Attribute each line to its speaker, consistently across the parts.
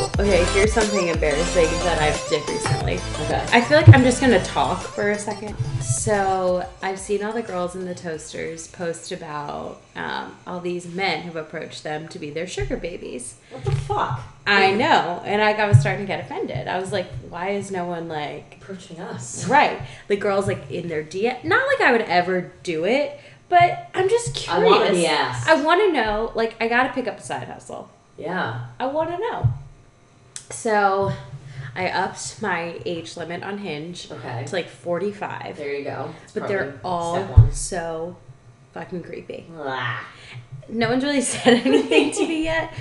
Speaker 1: There's something embarrassing that I've did recently.
Speaker 2: Okay.
Speaker 1: I feel like I'm just gonna talk for a second. So I've seen all the girls in the toasters post about um, all these men who've approached them to be their sugar babies.
Speaker 2: What the fuck?
Speaker 1: I know, and I, I was starting to get offended. I was like, why is no one like
Speaker 2: Approaching us.
Speaker 1: right? The girls like in their DM. Not like I would ever do it, but I'm just
Speaker 2: I
Speaker 1: curious.
Speaker 2: wanna be asked.
Speaker 1: I want to know. Like I gotta pick up a side hustle.
Speaker 2: Yeah.
Speaker 1: I want to know. So I upped my age limit on Hinge
Speaker 2: Okay.
Speaker 1: to like 45.
Speaker 2: There you go. It's
Speaker 1: but they're
Speaker 2: probably
Speaker 1: all
Speaker 2: step one.
Speaker 1: so fucking creepy.
Speaker 2: Blah.
Speaker 1: No one's really said anything to me yet,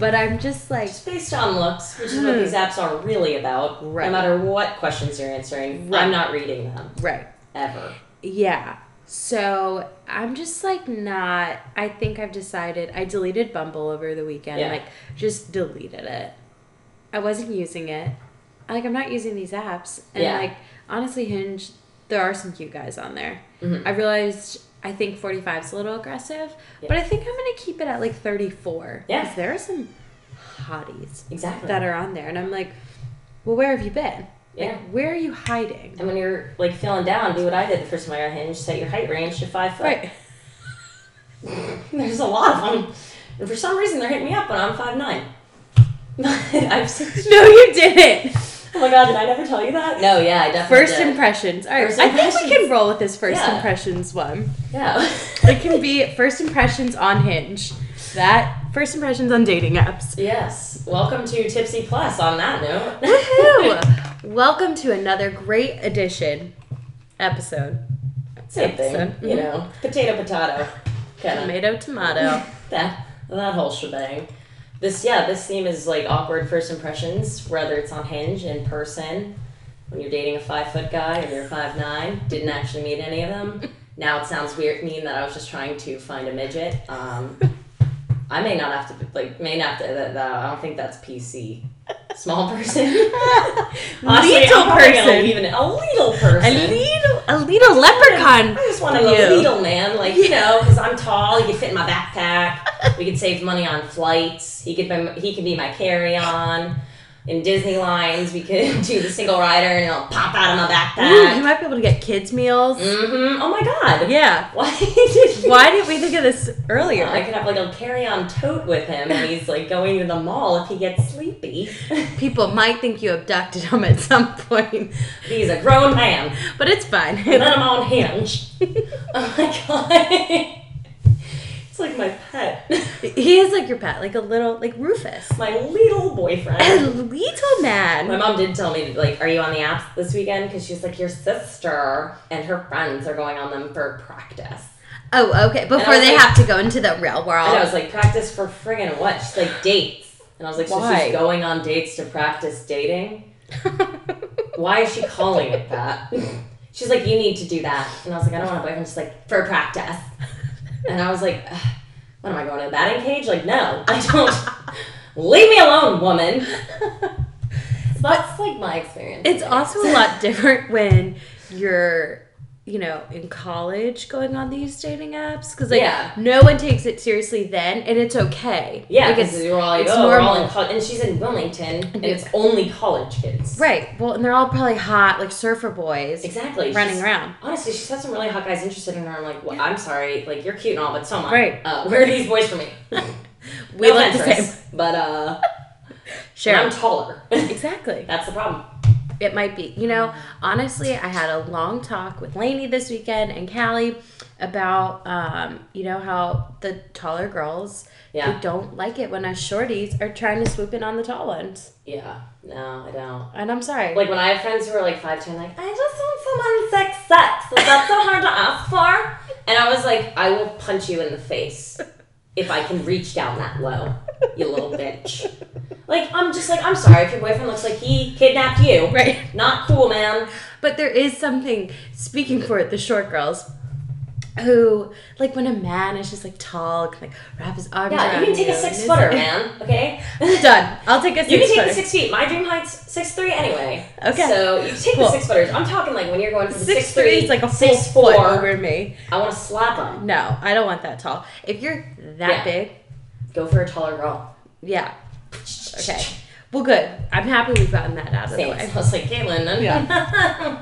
Speaker 1: but I'm just like,
Speaker 2: Just based on looks, which is what these apps are really about.
Speaker 1: Hmm. Right.
Speaker 2: No matter what questions you're answering,
Speaker 1: Right.
Speaker 2: I'm not reading them
Speaker 1: right.
Speaker 2: ever.
Speaker 1: Yeah. So I'm just like not. I think I've decided. I deleted Bumble over the weekend.
Speaker 2: Yeah.
Speaker 1: Like just deleted it. I wasn't using it. Like I'm not using these apps. And
Speaker 2: Yeah.
Speaker 1: like honestly, Hinge. There are some cute guys on there.
Speaker 2: Mhm.
Speaker 1: I realized. I think 45 is a little aggressive,
Speaker 2: Yeah.
Speaker 1: but I think I'm gonna keep it at like 34.
Speaker 2: Yeah. Mm-hmm.
Speaker 1: 'Cause there are some hotties
Speaker 2: Exactly.
Speaker 1: that are on there, and I'm like, well, where have you been?
Speaker 2: yeah.
Speaker 1: Like, where are you hiding?
Speaker 2: And when you're like feeling down, do what I did the first time I got hinge, set your height range to five foot.
Speaker 1: Right.
Speaker 2: There's a lot of them. And for some reason, they're hitting me up when I'm five nine. I'm six.
Speaker 1: No, you didn't.
Speaker 2: Oh my god, did I never tell you that? No, yeah, I definitely
Speaker 1: First
Speaker 2: did.
Speaker 1: impressions. All right,
Speaker 2: First
Speaker 1: I think we can
Speaker 2: impressions.
Speaker 1: roll with this first
Speaker 2: Yeah.
Speaker 1: impressions one.
Speaker 2: yeah.
Speaker 1: It can be first impressions on Hinge. That first impressions on dating apps.
Speaker 2: yes. Welcome to Tipsy Plus. On that note.
Speaker 1: Woohoo! Welcome to another great edition episode.
Speaker 2: Same thing,
Speaker 1: Episode.
Speaker 2: you know. Potato, potato. Kind
Speaker 1: Tomato, tomato.
Speaker 2: of that, that whole shebang. This, yeah, this theme is like awkward first impressions, whether it's on Hinge, in person, when you're dating a five foot guy and you're five nine. Didn't actually meet any of them. Now it sounds weird, mean that I was just trying to find a midget. Um, I may not have to, like, may not have to, that, that, I don't think that's PC. Small person.
Speaker 1: Little
Speaker 2: I'm probably gonna
Speaker 1: person.
Speaker 2: leave it- a little person.
Speaker 1: A little, a little leprechaun.
Speaker 2: I just want a
Speaker 1: for you.
Speaker 2: little needle man, like you know, because I'm tall. He could fit in my backpack. We could save money on flights. He could be, he could be my carry on. In Disney lines, we could do the single rider, and it'll pop out of my
Speaker 1: Ooh, you
Speaker 2: backpack.
Speaker 1: might be able to get kids meals.
Speaker 2: Mm-hmm. Oh my god!
Speaker 1: Yeah.
Speaker 2: Why did you?
Speaker 1: Why didn't we think of this earlier?
Speaker 2: I could have like a carry on tote with him, and he's like going to the mall if he gets sleepy.
Speaker 1: People might think you abducted him at some point,
Speaker 2: he's a grown man.
Speaker 1: but it's fine.
Speaker 2: and then I'm on hinge. oh my god! it's like my pet.
Speaker 1: He is like your pet, like a little, like Rufus.
Speaker 2: my little
Speaker 1: A
Speaker 2: boyfriend.
Speaker 1: little
Speaker 2: My
Speaker 1: man.
Speaker 2: mom did tell me, like, are you on the apps this weekend? Because she's like, your sister and her friends are going on them for practice.
Speaker 1: Oh, okay. Before
Speaker 2: was
Speaker 1: they
Speaker 2: like-
Speaker 1: have to go into the real
Speaker 2: And I
Speaker 1: world.
Speaker 2: was like, practice for friggin' what? She's like, dates. And I was like, so
Speaker 1: Why?
Speaker 2: she's going on dates to practice dating? Why is she calling it that? She's like, you need to do that. And I was like, I don't want a boyfriend. She's like, for practice. And I was like, "Ugh, what am I going to the batting cage? Like, no, I don't. Leave me alone, woman. That's like my experience.
Speaker 1: it's also a lot different when you're, you know, in college going on these dating apps because like
Speaker 2: Yeah.
Speaker 1: no one takes it seriously then, and it's okay.
Speaker 2: Yeah,
Speaker 1: Like,
Speaker 2: because
Speaker 1: it's-
Speaker 2: we're all like,
Speaker 1: it's
Speaker 2: oh, we're all
Speaker 1: normal.
Speaker 2: in college. And she's in Wilmington, and it's only college kids.
Speaker 1: right. Well, and they're all probably hot, like surfer boys,
Speaker 2: Exactly.
Speaker 1: running
Speaker 2: She's-
Speaker 1: around.
Speaker 2: Honestly, she's had some really hot guys interested in her. I'm like, well, I'm sorry. Like, you're cute and all, but so am I.
Speaker 1: Right.
Speaker 2: Uh, where are these boys for me?
Speaker 1: We
Speaker 2: No
Speaker 1: look the
Speaker 2: offense,
Speaker 1: same.
Speaker 2: But, uh,
Speaker 1: Sure.
Speaker 2: and I'm taller.
Speaker 1: exactly.
Speaker 2: That's the problem.
Speaker 1: It might be. You know, honestly, I had a long talk with Lainey this weekend and Callie about, um, you know, how the taller girls
Speaker 2: Yeah.
Speaker 1: who don't like it when us shorties are trying to swoop in on the tall ones.
Speaker 2: Yeah. No, I don't.
Speaker 1: And I'm sorry.
Speaker 2: Like, when I have friends who are like 5'10, like, I just want someone sex sex. Is that so hard to ask for? And I was like, I will punch you in the face if I can reach down that low, you little bitch. Like, I'm just like, I'm sorry if your boyfriend looks like he kidnapped you.
Speaker 1: right.
Speaker 2: Not cool, man.
Speaker 1: But there is something, speaking for it, the short girls. Who like when a man is just like tall, can like wrap his arms
Speaker 2: Yeah,
Speaker 1: around
Speaker 2: you can take a
Speaker 1: and
Speaker 2: six
Speaker 1: it's
Speaker 2: footer,
Speaker 1: like-
Speaker 2: man. Okay?
Speaker 1: Done. I'll take a six
Speaker 2: You can take
Speaker 1: footer.
Speaker 2: the six feet. My dream height's six three anyway.
Speaker 1: Okay.
Speaker 2: So you take
Speaker 1: Cool.
Speaker 2: the six footers. I'm talking like when you're going from
Speaker 1: six three is like a full
Speaker 2: six
Speaker 1: foot
Speaker 2: four.
Speaker 1: over me.
Speaker 2: I want to slap them.
Speaker 1: No, I don't want that tall. If you're that
Speaker 2: Yeah.
Speaker 1: big,
Speaker 2: Go for a taller girl.
Speaker 1: yeah, okay. Well, good. I'm happy we've gotten that out of the
Speaker 2: Thanks.
Speaker 1: way.
Speaker 2: I was like, Caitlin, none-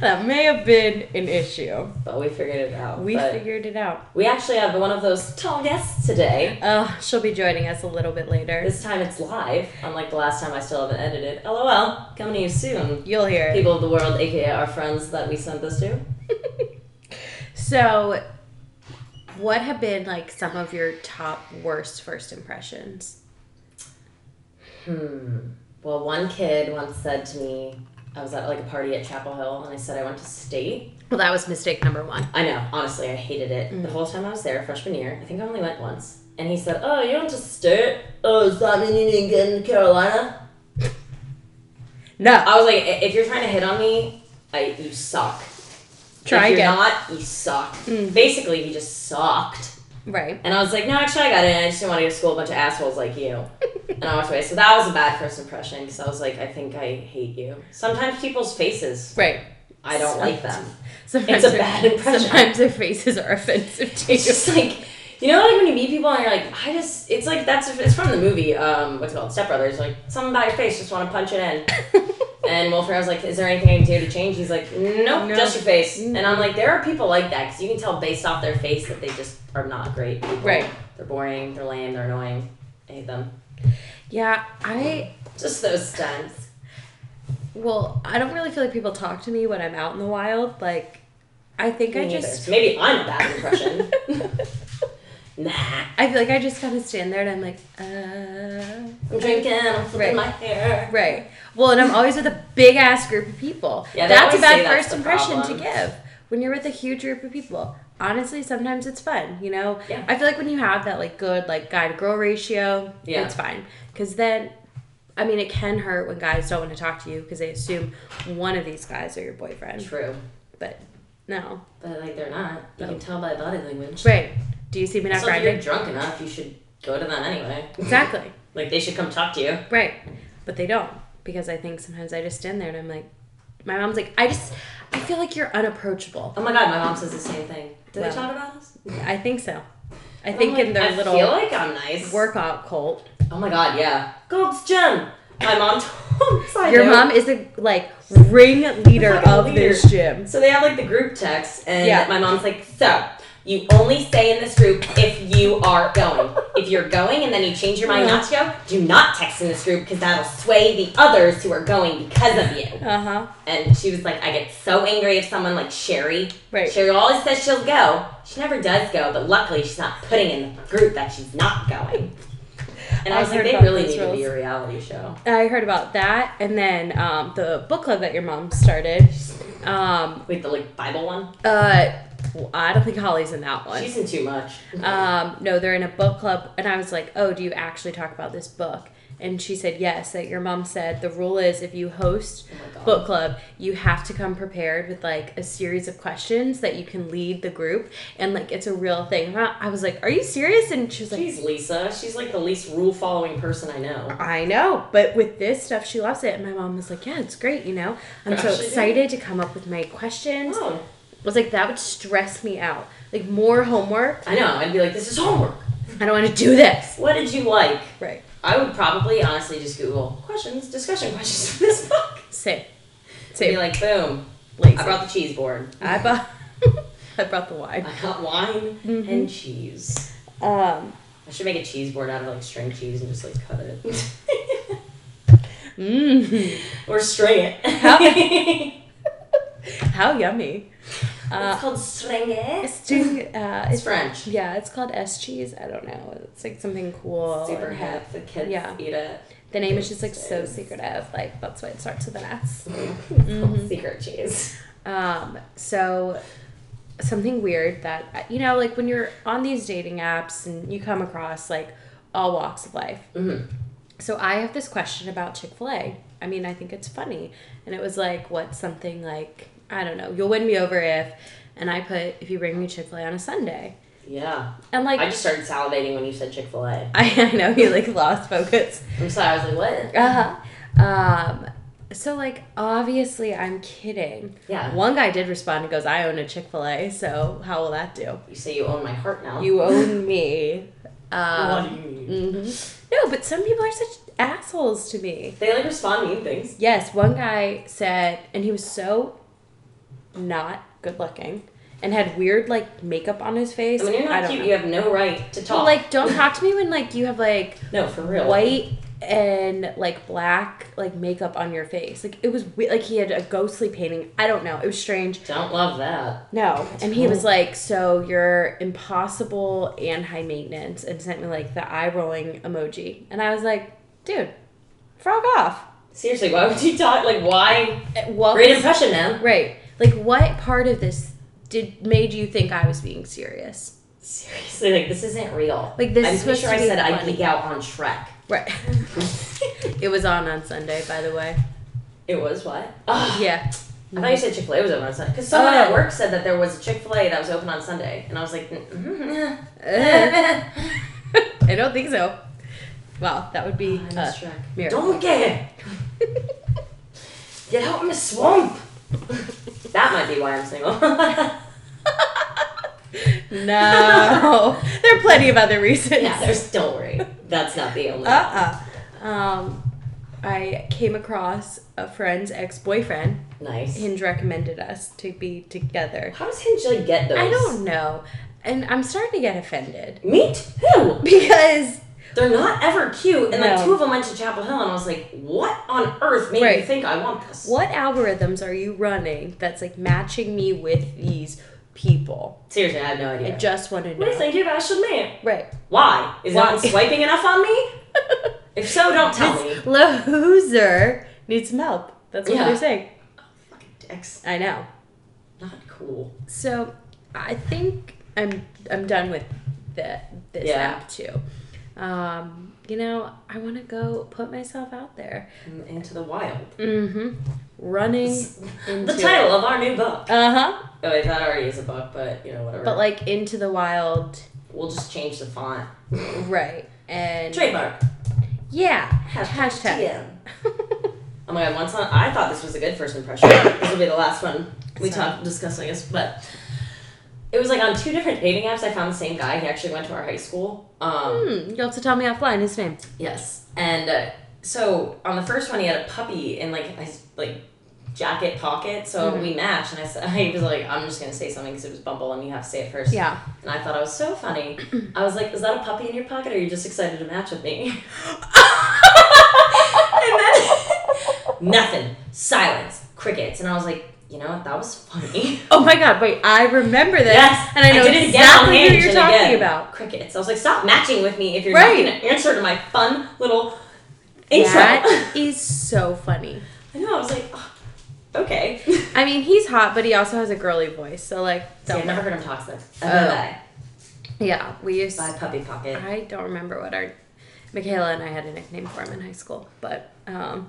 Speaker 1: That may have been an issue.
Speaker 2: but we figured it out.
Speaker 1: We
Speaker 2: but
Speaker 1: figured it out.
Speaker 2: we actually have one of those tall guests today.
Speaker 1: Oh, she'll be joining us a little bit later.
Speaker 2: This time it's live, unlike the last time I still haven't edited. LOL, coming to you soon.
Speaker 1: You'll hear it.
Speaker 2: People of the world, aka our friends that we sent this to.
Speaker 1: So, what have been like some of your top worst first impressions?
Speaker 2: Hmm. Well, one kid once said to me, I was at like a party at Chapel Hill, and I said I went to state.
Speaker 1: Well, that was mistake number one.
Speaker 2: I know, honestly, I hated it the whole time I was there, freshman year. I think I only went once. And he said, "Oh, you went to state? Oh, does that mean you didn't get in Carolina?"
Speaker 1: No,
Speaker 2: I was like, "I- "If you're trying to hit on me, I you suck.
Speaker 1: try
Speaker 2: if you're
Speaker 1: again. Mm-hmm.
Speaker 2: not, you suck." Basically, he just sucked.
Speaker 1: right.
Speaker 2: And I was like, no, actually, I got in. I just didn't want to go to school with a bunch of assholes like you. and I walked away. So that was a bad first impression because I was like, I think I hate you. Sometimes people's faces,
Speaker 1: Right.
Speaker 2: I don't like them.
Speaker 1: Sometimes
Speaker 2: It's a
Speaker 1: their-
Speaker 2: bad impression.
Speaker 1: Sometimes their faces are offensive to
Speaker 2: It's
Speaker 1: you.
Speaker 2: just like, you know, like when you meet people and you're like, I just, it's like, that's, it's from the movie, um, what's it called, Step Brothers. Like, something about your face, just want to punch it in. And Wolfram was like, "Is there anything I can do to change?" He's like,
Speaker 1: No.
Speaker 2: "Nope, just your face." And I'm like, "There are people like that because you can tell based off their face that they just are not great people.
Speaker 1: Right.
Speaker 2: They're boring. They're lame. They're annoying. I hate them.
Speaker 1: yeah, I
Speaker 2: Just those stunts."
Speaker 1: well, I don't really feel like people talk to me when I'm out in the wild. Like, I think I
Speaker 2: Me neither.
Speaker 1: just
Speaker 2: So maybe I'm a bad impression. nah,
Speaker 1: I feel like I just kind of stand there and I'm like, uh.
Speaker 2: I'm drinking. I'm
Speaker 1: Right.
Speaker 2: flipping my hair.
Speaker 1: Right. Well, and I'm always with a big ass group of people.
Speaker 2: Yeah, they
Speaker 1: that's a
Speaker 2: always
Speaker 1: bad
Speaker 2: say that's
Speaker 1: first
Speaker 2: the
Speaker 1: impression
Speaker 2: problem.
Speaker 1: to give when you're with a huge group of people. Honestly, sometimes it's fun, you know.
Speaker 2: Yeah.
Speaker 1: I feel like when you have that like good like guy to girl ratio,
Speaker 2: Yeah.
Speaker 1: it's fine. Because then, I mean, it can hurt when guys don't want to talk to you because they assume one of these guys are your boyfriend.
Speaker 2: True,
Speaker 1: But no,
Speaker 2: but like they're not. You can tell by body language.
Speaker 1: right? Do you see me not
Speaker 2: So if you're
Speaker 1: grinding?
Speaker 2: drunk enough, you should go to them anyway.
Speaker 1: Exactly.
Speaker 2: Like they should come talk to you.
Speaker 1: Right. But they don't because I think sometimes I just stand there and I'm like, my mom's like, I just, I feel like you're unapproachable.
Speaker 2: Oh my god, my mom says the same thing. Do
Speaker 1: Well,
Speaker 2: they talk about us?
Speaker 1: I think so. I think
Speaker 2: I'm like,
Speaker 1: in their
Speaker 2: I
Speaker 1: little
Speaker 2: feel like I'm nice.
Speaker 1: workout cult,
Speaker 2: Oh my god, yeah. Gold's gym. My mom told us I
Speaker 1: your
Speaker 2: do.
Speaker 1: mom is the like ring leader
Speaker 2: Fucking
Speaker 1: of this gym.
Speaker 2: So they have like the group text, and
Speaker 1: Yeah.
Speaker 2: my mom's like, "So you only stay in this group if you are going. If you're going and then you change your mind not to go, do not text in this group because that'll sway the others who are going because of you."
Speaker 1: Uh huh.
Speaker 2: And she was like, "I get so angry if someone like Sherry.
Speaker 1: Right.
Speaker 2: Sherry always says she'll go. She never does go, but luckily she's not putting in the group that she's not going." And I
Speaker 1: I've
Speaker 2: was like,
Speaker 1: heard
Speaker 2: "They
Speaker 1: about
Speaker 2: really
Speaker 1: those
Speaker 2: need to be
Speaker 1: rules.
Speaker 2: a reality show."
Speaker 1: I heard about that, and then um, the book club that your mom started. Um,
Speaker 2: Wait, the like Bible one?
Speaker 1: uh, well, I don't think Holly's in that one.
Speaker 2: She's in too much.
Speaker 1: Um, no, they're in a book club, and I was like, "Oh, do you actually talk about this book?" And she said, "Yes." That your mom said the rule is if you host
Speaker 2: Oh my God.
Speaker 1: book club, you have to come prepared with like a series of questions that you can lead the group, and like it's a real thing. And I I was like, "Are you serious?" And she was like,
Speaker 2: She's Lisa. She's like the least rule following person I know.
Speaker 1: I know, but with this stuff, she loves it. And my mom was like, "Yeah, it's great. You know, I'm so
Speaker 2: Actually, yeah.
Speaker 1: excited to come up with my questions."
Speaker 2: Oh,
Speaker 1: I was like, "That would stress me out. Like more homework.
Speaker 2: I know. I'd be like, this is homework.
Speaker 1: I don't want to do this."
Speaker 2: What did you like?
Speaker 1: Right.
Speaker 2: I would probably honestly just Google questions, discussion questions for this book.
Speaker 1: Same.
Speaker 2: They'd
Speaker 1: Same.
Speaker 2: be like, boom.
Speaker 1: Lazy.
Speaker 2: I brought the cheese board.
Speaker 1: I bought I brought the wine.
Speaker 2: I got wine
Speaker 1: Mm-hmm.
Speaker 2: and cheese.
Speaker 1: Um,
Speaker 2: I should make a cheese board out of like string cheese and just like cut it.
Speaker 1: mm,
Speaker 2: or string
Speaker 1: How-
Speaker 2: it.
Speaker 1: how yummy! Uh,
Speaker 2: it's called string it.
Speaker 1: Sting, uh,
Speaker 2: It's
Speaker 1: it's
Speaker 2: French.
Speaker 1: yeah, it's called S cheese. I don't know. It's like something cool.
Speaker 2: Super
Speaker 1: and
Speaker 2: hip. The kids
Speaker 1: Yeah.
Speaker 2: eat it.
Speaker 1: The name is just like so
Speaker 2: Cheese.
Speaker 1: secretive. Like that's why it starts with an S. Mm-hmm.
Speaker 2: Secret cheese.
Speaker 1: Um, so something weird that you know, like when you're on these dating apps and you come across like all walks of life.
Speaker 2: Mhm.
Speaker 1: So I have this question about Chick Fil A. I mean, I think it's funny, and it was like, what's something like I don't know? You'll win me over if, and I put if you bring me Chick Fil A on a Sunday,
Speaker 2: Yeah.
Speaker 1: and like
Speaker 2: I
Speaker 1: I,
Speaker 2: just started salivating when you said Chick fil A.
Speaker 1: I, know you like lost focus.
Speaker 2: I'm sorry. I was like, what?
Speaker 1: Uh-huh. Um, So like obviously I'm kidding.
Speaker 2: Yeah.
Speaker 1: One guy did respond and goes, "I own a Chick Fil A, so how will that do?
Speaker 2: You say you own my heart now. mm,
Speaker 1: You own me."
Speaker 2: What
Speaker 1: Um,
Speaker 2: do you mean?
Speaker 1: mhm. No, but some people are such assholes to me.
Speaker 2: They like respond mean things.
Speaker 1: Yes, one guy said, and he was so not good looking and had weird like makeup on his face.
Speaker 2: I mean, you're
Speaker 1: I
Speaker 2: not
Speaker 1: don't
Speaker 2: cute.
Speaker 1: know.
Speaker 2: You have no right to talk.
Speaker 1: Well, like, don't talk to me when like you have like
Speaker 2: no, for real.
Speaker 1: white and like black like makeup on your face. Like it was we- like he had a ghostly painting. I don't know. It was strange.
Speaker 2: Don't love that.
Speaker 1: No, and he was like, "So you're impossible and high maintenance," and sent me like the eye rolling emoji, and I was like, "Dude, frog off."
Speaker 2: Seriously, why would you talk? Like, why?
Speaker 1: Eh, What
Speaker 2: Great
Speaker 1: was-
Speaker 2: impression, man.
Speaker 1: right? Like, what part of this did made you think I was being serious?
Speaker 2: Seriously, like this isn't real.
Speaker 1: Like this
Speaker 2: I'm
Speaker 1: is
Speaker 2: pretty
Speaker 1: supposed
Speaker 2: sure
Speaker 1: to
Speaker 2: I
Speaker 1: be
Speaker 2: said I
Speaker 1: funny.
Speaker 2: geek out on Shrek.
Speaker 1: Right. it was on on Sunday, by the way.
Speaker 2: it was what? Ugh.
Speaker 1: Yeah.
Speaker 2: I thought you said Chick Fil A was open on Sunday because someone at
Speaker 1: Oh.
Speaker 2: work said that there was a Chick Fil A that was open on Sunday, and I was like, mm-hmm.
Speaker 1: Eh, I don't think so. Wow, that would be uh,
Speaker 2: Shrek.
Speaker 1: miracle.
Speaker 2: Oh, Don't get it. Get out in the swamp. that might be why I'm single. yeah,
Speaker 1: no. there are plenty of other reasons.
Speaker 2: there's. Don't worry. That's not the only.
Speaker 1: uh uh Um, I came across a friend's ex boyfriend.
Speaker 2: nice.
Speaker 1: Hinge recommended us to be together.
Speaker 2: How does Hinge like get those?
Speaker 1: I don't know. And I'm starting to get offended
Speaker 2: Me too.
Speaker 1: because
Speaker 2: They're not ever cute, and like
Speaker 1: No.
Speaker 2: two of them went to Chapel Hill, and I was like, "What on earth made you
Speaker 1: Right.
Speaker 2: think I want this?"
Speaker 1: what algorithms are you running that's like matching me with these people?
Speaker 2: Seriously, I had no
Speaker 1: I
Speaker 2: idea.
Speaker 1: just want to
Speaker 2: What do you
Speaker 1: know.
Speaker 2: think of Ashton Mayer?
Speaker 1: Right.
Speaker 2: Why is
Speaker 1: Why?
Speaker 2: not swiping enough on me? If so, don't tell me.
Speaker 1: This loser needs some help. That's what
Speaker 2: Yeah.
Speaker 1: they're saying.
Speaker 2: Fucking dicks.
Speaker 1: I know.
Speaker 2: Not cool.
Speaker 1: So I think I'm I'm done with the, this
Speaker 2: Yeah.
Speaker 1: app too. Um, you know, I want to go put myself out there.
Speaker 2: I'm into the wild.
Speaker 1: Mm-hmm. Running into
Speaker 2: the title of our new book.
Speaker 1: Uh huh.
Speaker 2: Oh, wait, that already is a book, but you know whatever.
Speaker 1: But like into the wild,
Speaker 2: we'll just change the font.
Speaker 1: right? And
Speaker 2: Trademark.
Speaker 1: yeah,
Speaker 2: Hashtag.
Speaker 1: hashtag.
Speaker 2: TM. Oh my god, once on, I thought this was a good first impression. this will be the last one we
Speaker 1: Sorry.
Speaker 2: talk discuss, I guess, but it was like on two different dating apps I found the same guy. He actually went to our high school. Um,
Speaker 1: Hmm. You also tell me offline his name.
Speaker 2: yes. And uh, so on the first one he had a puppy in like his like jacket pocket, so
Speaker 1: Mhm.
Speaker 2: we matched and I said he was like, I'm just gonna say something because it was Bumble and you have to say it first.
Speaker 1: Yeah.
Speaker 2: And I thought I was so funny. I was like, Is that a puppy in your pocket or are you just excited to match with me? and then nothing, silence, crickets. And I was like, you know what? That was funny.
Speaker 1: oh my god! Wait, I remember this,
Speaker 2: Yes,
Speaker 1: and I know
Speaker 2: did it again on
Speaker 1: exactly who
Speaker 2: Hinge
Speaker 1: you're
Speaker 2: and
Speaker 1: talking
Speaker 2: again,
Speaker 1: about.
Speaker 2: Crickets. I was like, stop matching with me if you're
Speaker 1: Right.
Speaker 2: not going to answer to my fun little intro.
Speaker 1: That is so funny.
Speaker 2: I know. I was like, oh, okay.
Speaker 1: I mean, he's hot, but he also has a girly voice. So like,
Speaker 2: See, I've
Speaker 1: don't-
Speaker 2: never heard him talk since. Oh.
Speaker 1: Oh.
Speaker 2: Bye
Speaker 1: yeah, we used.
Speaker 2: bye. Bye puppy pocket.
Speaker 1: I don't remember what our Michaela and I had a nickname for him in high school, but um,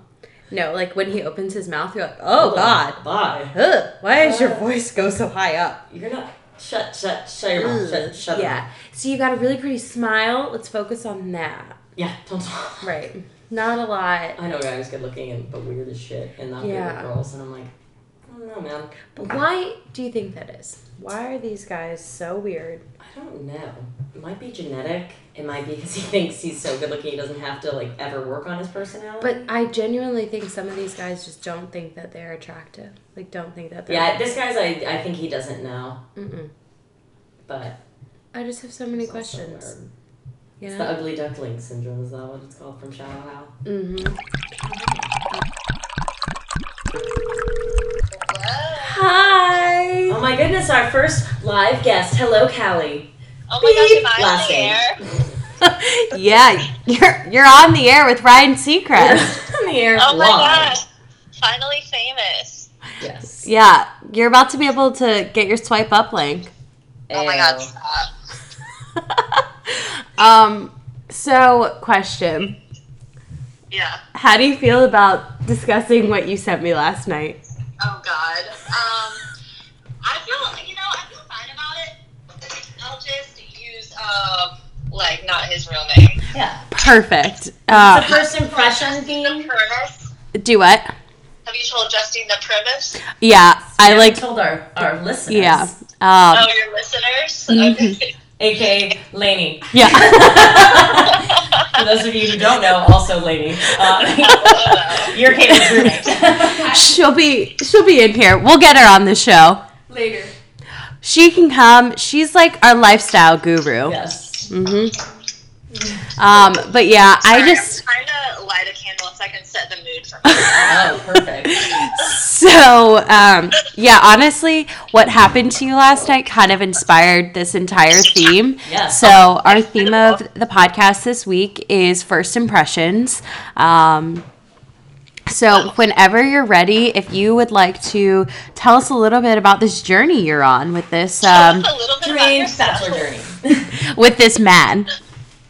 Speaker 1: no, like when he opens his mouth, you're like, oh god,
Speaker 2: Bye.
Speaker 1: Ugh, why does your voice go so high up?
Speaker 2: You're not. Shut, shut, shut your mouth. Shut, shut the
Speaker 1: yeah. So you got a really pretty smile. Let's focus on that.
Speaker 2: Yeah, don't talk.
Speaker 1: Right. Not a lot.
Speaker 2: I know guy who's good looking and but weird as shit and not
Speaker 1: Yeah.
Speaker 2: good with girls, and I'm like, I don't know, man.
Speaker 1: But why do you think that is? Why are these guys so weird?
Speaker 2: I don't know. It might be genetic. It might be because he thinks he's so good looking he doesn't have to like ever work on his personality.
Speaker 1: But I genuinely think some of these guys just don't think that they're attractive. Like, don't think that they're.
Speaker 2: yeah, this guy's I I think he doesn't know,
Speaker 1: Mm-mm.
Speaker 2: but
Speaker 1: I just have so many
Speaker 2: it's also
Speaker 1: questions.
Speaker 2: weird.
Speaker 1: You
Speaker 2: It's
Speaker 1: know?
Speaker 2: the ugly duckling syndrome. Is that what it's called from Shallow Hal?
Speaker 1: Mm-hmm.
Speaker 3: Whoa.
Speaker 1: Hi.
Speaker 2: Oh my goodness! Our first live guest. Hello, Callie.
Speaker 3: Oh my gosh, am I
Speaker 2: Last
Speaker 3: on
Speaker 2: name.
Speaker 3: the air?
Speaker 1: yeah, you're you're on the air with Ryan Seacrest.
Speaker 2: on the air.
Speaker 3: Oh my
Speaker 2: live.
Speaker 3: gosh. Finally famous.
Speaker 2: Yes.
Speaker 1: yeah, you're about to be able to get your swipe up link.
Speaker 3: Oh my god,
Speaker 2: Ew.
Speaker 3: stop.
Speaker 1: um, so question:
Speaker 3: Yeah.
Speaker 1: How do you feel about discussing what you sent me last night?
Speaker 3: Oh god. Um I feel you know, I feel fine about it. I'll just use um like not his real name.
Speaker 2: Yeah.
Speaker 1: Perfect.
Speaker 2: The
Speaker 1: Uh,
Speaker 2: first impression
Speaker 3: The
Speaker 2: theme.
Speaker 3: premise.
Speaker 1: do what?
Speaker 3: Have you told Justine the premise?
Speaker 1: Yeah, I
Speaker 2: Yeah,
Speaker 1: like.
Speaker 2: told our our listeners.
Speaker 1: Yeah. Um,
Speaker 3: oh, your listeners.
Speaker 1: Mhm.
Speaker 3: Okay.
Speaker 2: aka Laney.
Speaker 1: yeah.
Speaker 2: For those of you who don't know, also Laney. Uh,
Speaker 3: Oh,
Speaker 2: you're Katie's roommate.
Speaker 1: she'll be she'll be in here. We'll get her on the show.
Speaker 4: Later.
Speaker 1: She can come. She's like our lifestyle
Speaker 3: Oh.
Speaker 1: guru.
Speaker 2: yes.
Speaker 1: hmm Um, but yeah, I
Speaker 3: Sorry,
Speaker 1: just
Speaker 3: I'm trying to light a candle so I can set the mood for her.
Speaker 2: Oh, perfect.
Speaker 1: so um, yeah. Honestly, what happened to you last night kind of inspired this entire theme.
Speaker 2: Yes.
Speaker 1: So our theme of the podcast this week is first impressions. Um, so whenever you're ready, if you would like to tell us a little bit about this journey you're on with this
Speaker 3: Tell
Speaker 1: um,
Speaker 3: us a little bit about
Speaker 2: Dream
Speaker 3: yourself.
Speaker 2: bachelor journey.
Speaker 1: with this man.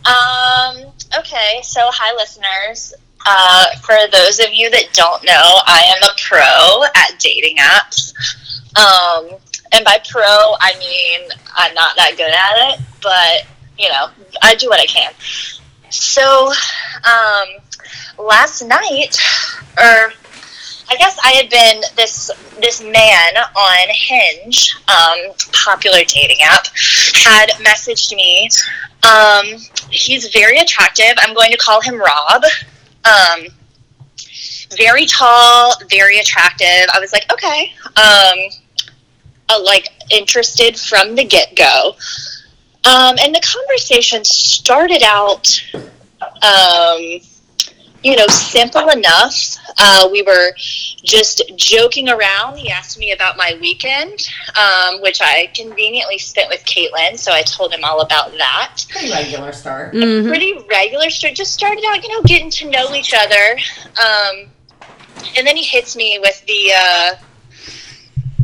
Speaker 3: Um, okay, so hi, listeners. Uh, for those of you that don't know, I am a pro at dating apps. Um, and by pro, I mean I'm not that good at it, but, you know, I do what I can. So, um, last night, or I guess I had been this this man on Hinge, um, popular dating app, had messaged me um, he's very attractive. I'm going to call him Rob. Um, very tall, very attractive. I was like, okay, um, uh, like interested from the get go. Um, and the conversation started out, um, you know, simple enough. Uh, we were just joking around. He asked me about my weekend, um, which I conveniently spent with Caitlin. So I told him all about that
Speaker 2: Pretty regular start.
Speaker 1: Mhm.
Speaker 3: pretty regular start just started out you know getting to know each other um, and then he hits me with the uh,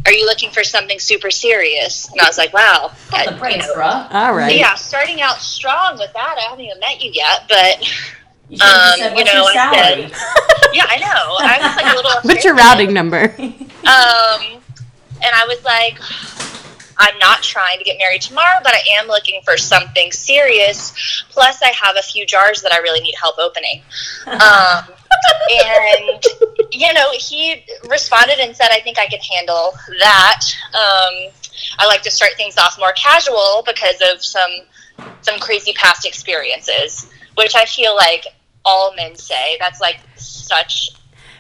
Speaker 3: are you looking for something super serious and i was like wow
Speaker 2: Cut
Speaker 3: that,
Speaker 2: the brakes,
Speaker 3: you know.
Speaker 2: bruh.
Speaker 1: All
Speaker 3: So,
Speaker 1: right.
Speaker 3: yeah starting out strong with that i haven't even met you yet but
Speaker 2: You should have
Speaker 3: Um,
Speaker 2: said,
Speaker 3: you
Speaker 2: what's
Speaker 3: know,
Speaker 2: your
Speaker 3: I said-
Speaker 2: salary?
Speaker 3: yeah i know i was like a little
Speaker 1: What's your
Speaker 3: offended.
Speaker 1: routing number?
Speaker 3: um, and I was like, I'm not trying to get married tomorrow, but I am looking for something serious. Plus, I have a few jars that I really need help opening. Um, and you know, he responded and said, "I think I can handle that." Um, I like to start things off more casual because of some some crazy past experiences, which I feel like all men say. That's like such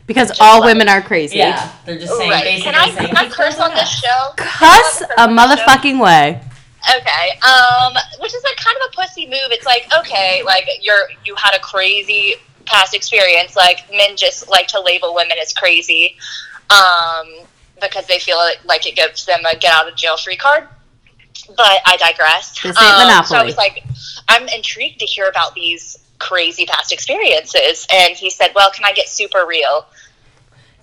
Speaker 1: Because
Speaker 3: Just
Speaker 1: all
Speaker 3: like-
Speaker 1: women are crazy.
Speaker 2: yeah, they're just saying
Speaker 3: Oh, right.
Speaker 2: basically
Speaker 3: Can I,
Speaker 2: saying.
Speaker 3: can I
Speaker 2: "Hey,
Speaker 3: curse on this show?
Speaker 1: Cuss a
Speaker 3: Can I curse on this show?
Speaker 1: motherfucking way.
Speaker 3: Okay. Um, which is like kind of a pussy move. It's like, okay, like you're you had a crazy past experience. Like men just like to label women as crazy. Um, because they feel like, like it gives them a get out of jail free card. But I digress.
Speaker 1: This ain't
Speaker 3: um, so I
Speaker 1: Monopoly.
Speaker 3: was like, I'm intrigued to hear about these crazy past experiences. And he said, Well, can I get super real?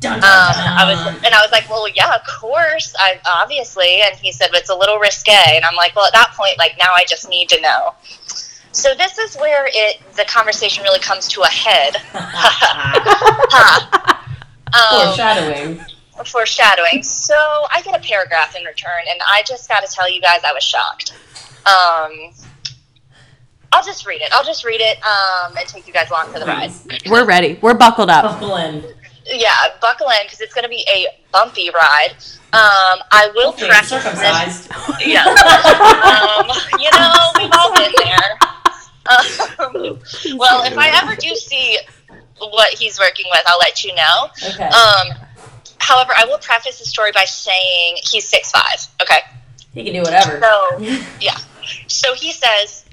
Speaker 2: Dun, dun,
Speaker 3: Um,
Speaker 2: dun.
Speaker 3: I was, and I was like, well, yeah, of course, I obviously. And he said, it's a little risque. And I'm like, well, at that point, like now, I just need to know. So this is where it the conversation really comes to a head. Huh. Um,
Speaker 2: Foreshadowing.
Speaker 3: foreshadowing. So I get a paragraph in return, and I just got to tell you guys, I was shocked. Um, I'll just read it. I'll just read it um, and take you guys along for the ride.
Speaker 1: We're ready. We're buckled up.
Speaker 2: Couple in.
Speaker 3: yeah, buckle in because it's going to be a bumpy ride. Um, I will
Speaker 2: Hopefully
Speaker 3: preface this.
Speaker 2: circumcised.
Speaker 3: Yeah. um, you know, we've all been there. Um, well, if I ever do see what he's working with, I'll let you know.
Speaker 2: Okay.
Speaker 3: Um, however, I will preface the story by saying he's six five. Okay.
Speaker 2: he can do whatever.
Speaker 3: So, yeah. So he says,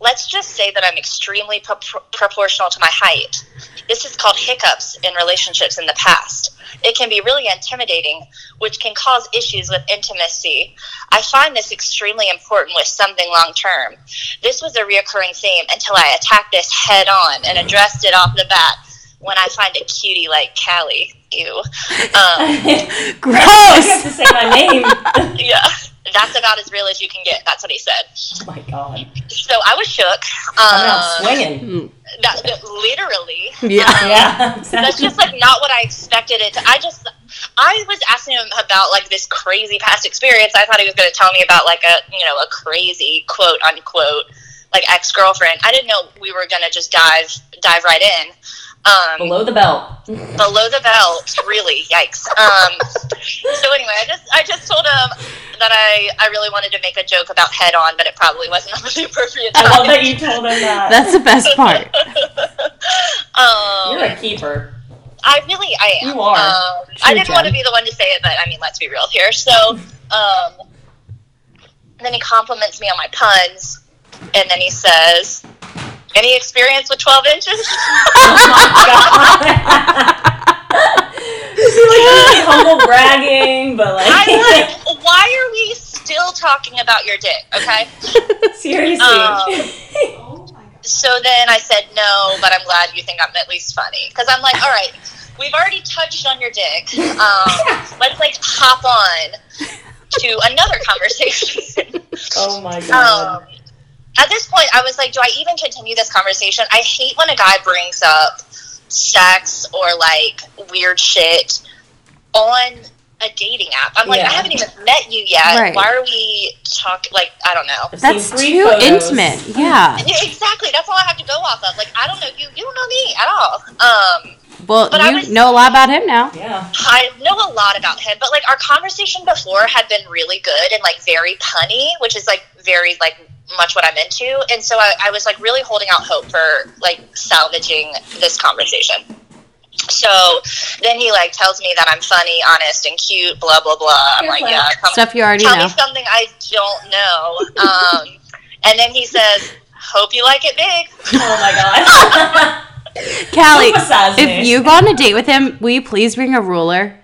Speaker 3: let's just say that I'm extremely pro- proportional to my height. This is called hiccups in relationships in the past. It can be really intimidating, which can cause issues with intimacy. I find this extremely important with something long term. This was a reoccurring theme until I attacked this head on and addressed it off the bat when I find a cutie like Callie. Ew. Um,
Speaker 2: I
Speaker 1: Gross.
Speaker 2: have to say my name. oh
Speaker 3: yeah, that's about as real as you can get. That's what he said.
Speaker 2: my god.
Speaker 3: So I was shook.
Speaker 2: I'm out
Speaker 3: Um,
Speaker 2: swinging.
Speaker 3: that, that- literally,
Speaker 1: Yeah.
Speaker 2: Yeah.
Speaker 3: that's
Speaker 2: Exactly.
Speaker 3: just like not what I expected it. To, I just, I was asking him about like this crazy past experience. I thought he was going to tell me about like a you know a crazy quote unquote like ex girlfriend. I didn't know we were going to just dive dive right in. Um,
Speaker 2: Below the belt.
Speaker 3: below the belt really yikes um, so anyway i just i just told him that i i really wanted to make a joke about head on but it probably wasn't the appropriate
Speaker 2: I
Speaker 3: time
Speaker 2: love that you told him
Speaker 3: Uh,
Speaker 2: that.
Speaker 1: That's the best part.
Speaker 3: um
Speaker 2: You're a keeper.
Speaker 3: i really i am
Speaker 2: You are.
Speaker 3: um, i
Speaker 1: True,
Speaker 3: didn't want to
Speaker 1: Jen.
Speaker 3: be the one to say it but i mean let's be real here so um then he compliments me on my puns and then he says any experience with 12 inches
Speaker 2: Oh my god. This is like really humble bragging, but like
Speaker 3: i'm like why are we still talking about your dick okay
Speaker 2: seriously. Uh,
Speaker 3: Um, so then I said no, but I'm glad you think I'm at least funny because I'm like, all right, we've already touched on your dick. Um, let's like hop on to another conversation.
Speaker 2: oh my god.
Speaker 3: um, at this point, I was like, do I even continue this conversation? I hate when a guy brings up sex or like weird shit on a dating app. I'm like,
Speaker 2: Yeah.
Speaker 3: I haven't even met you yet.
Speaker 1: Right.
Speaker 3: Why are we talking? Like, I don't know.
Speaker 2: I've seen
Speaker 1: That's
Speaker 2: three
Speaker 1: too
Speaker 2: photos.
Speaker 1: intimate. Yeah.
Speaker 3: Yeah, exactly. That's all I have to go off of. Like, I don't know you. You don't know me at all. Um,
Speaker 1: Well,
Speaker 3: But I
Speaker 1: you
Speaker 3: was-
Speaker 1: know a lot about him now.
Speaker 2: Yeah.
Speaker 3: I know a lot about him, but like our conversation before had been really good and like very punny, which is like very like much what I'm into. And so I, I was like really holding out hope for like salvaging this conversation. So then he like tells me that I'm funny, honest, and cute. Blah blah blah. I'm
Speaker 2: Here's
Speaker 3: like,
Speaker 2: what-
Speaker 3: yeah, come
Speaker 1: Stuff you already
Speaker 3: tell
Speaker 1: know.
Speaker 3: me something I don't know. Um, and then he says, "Hope you like it big."
Speaker 2: Oh my god.
Speaker 1: Callie,
Speaker 2: Emphasize
Speaker 1: if
Speaker 2: it.
Speaker 1: you go on a date with him, will you please bring a ruler?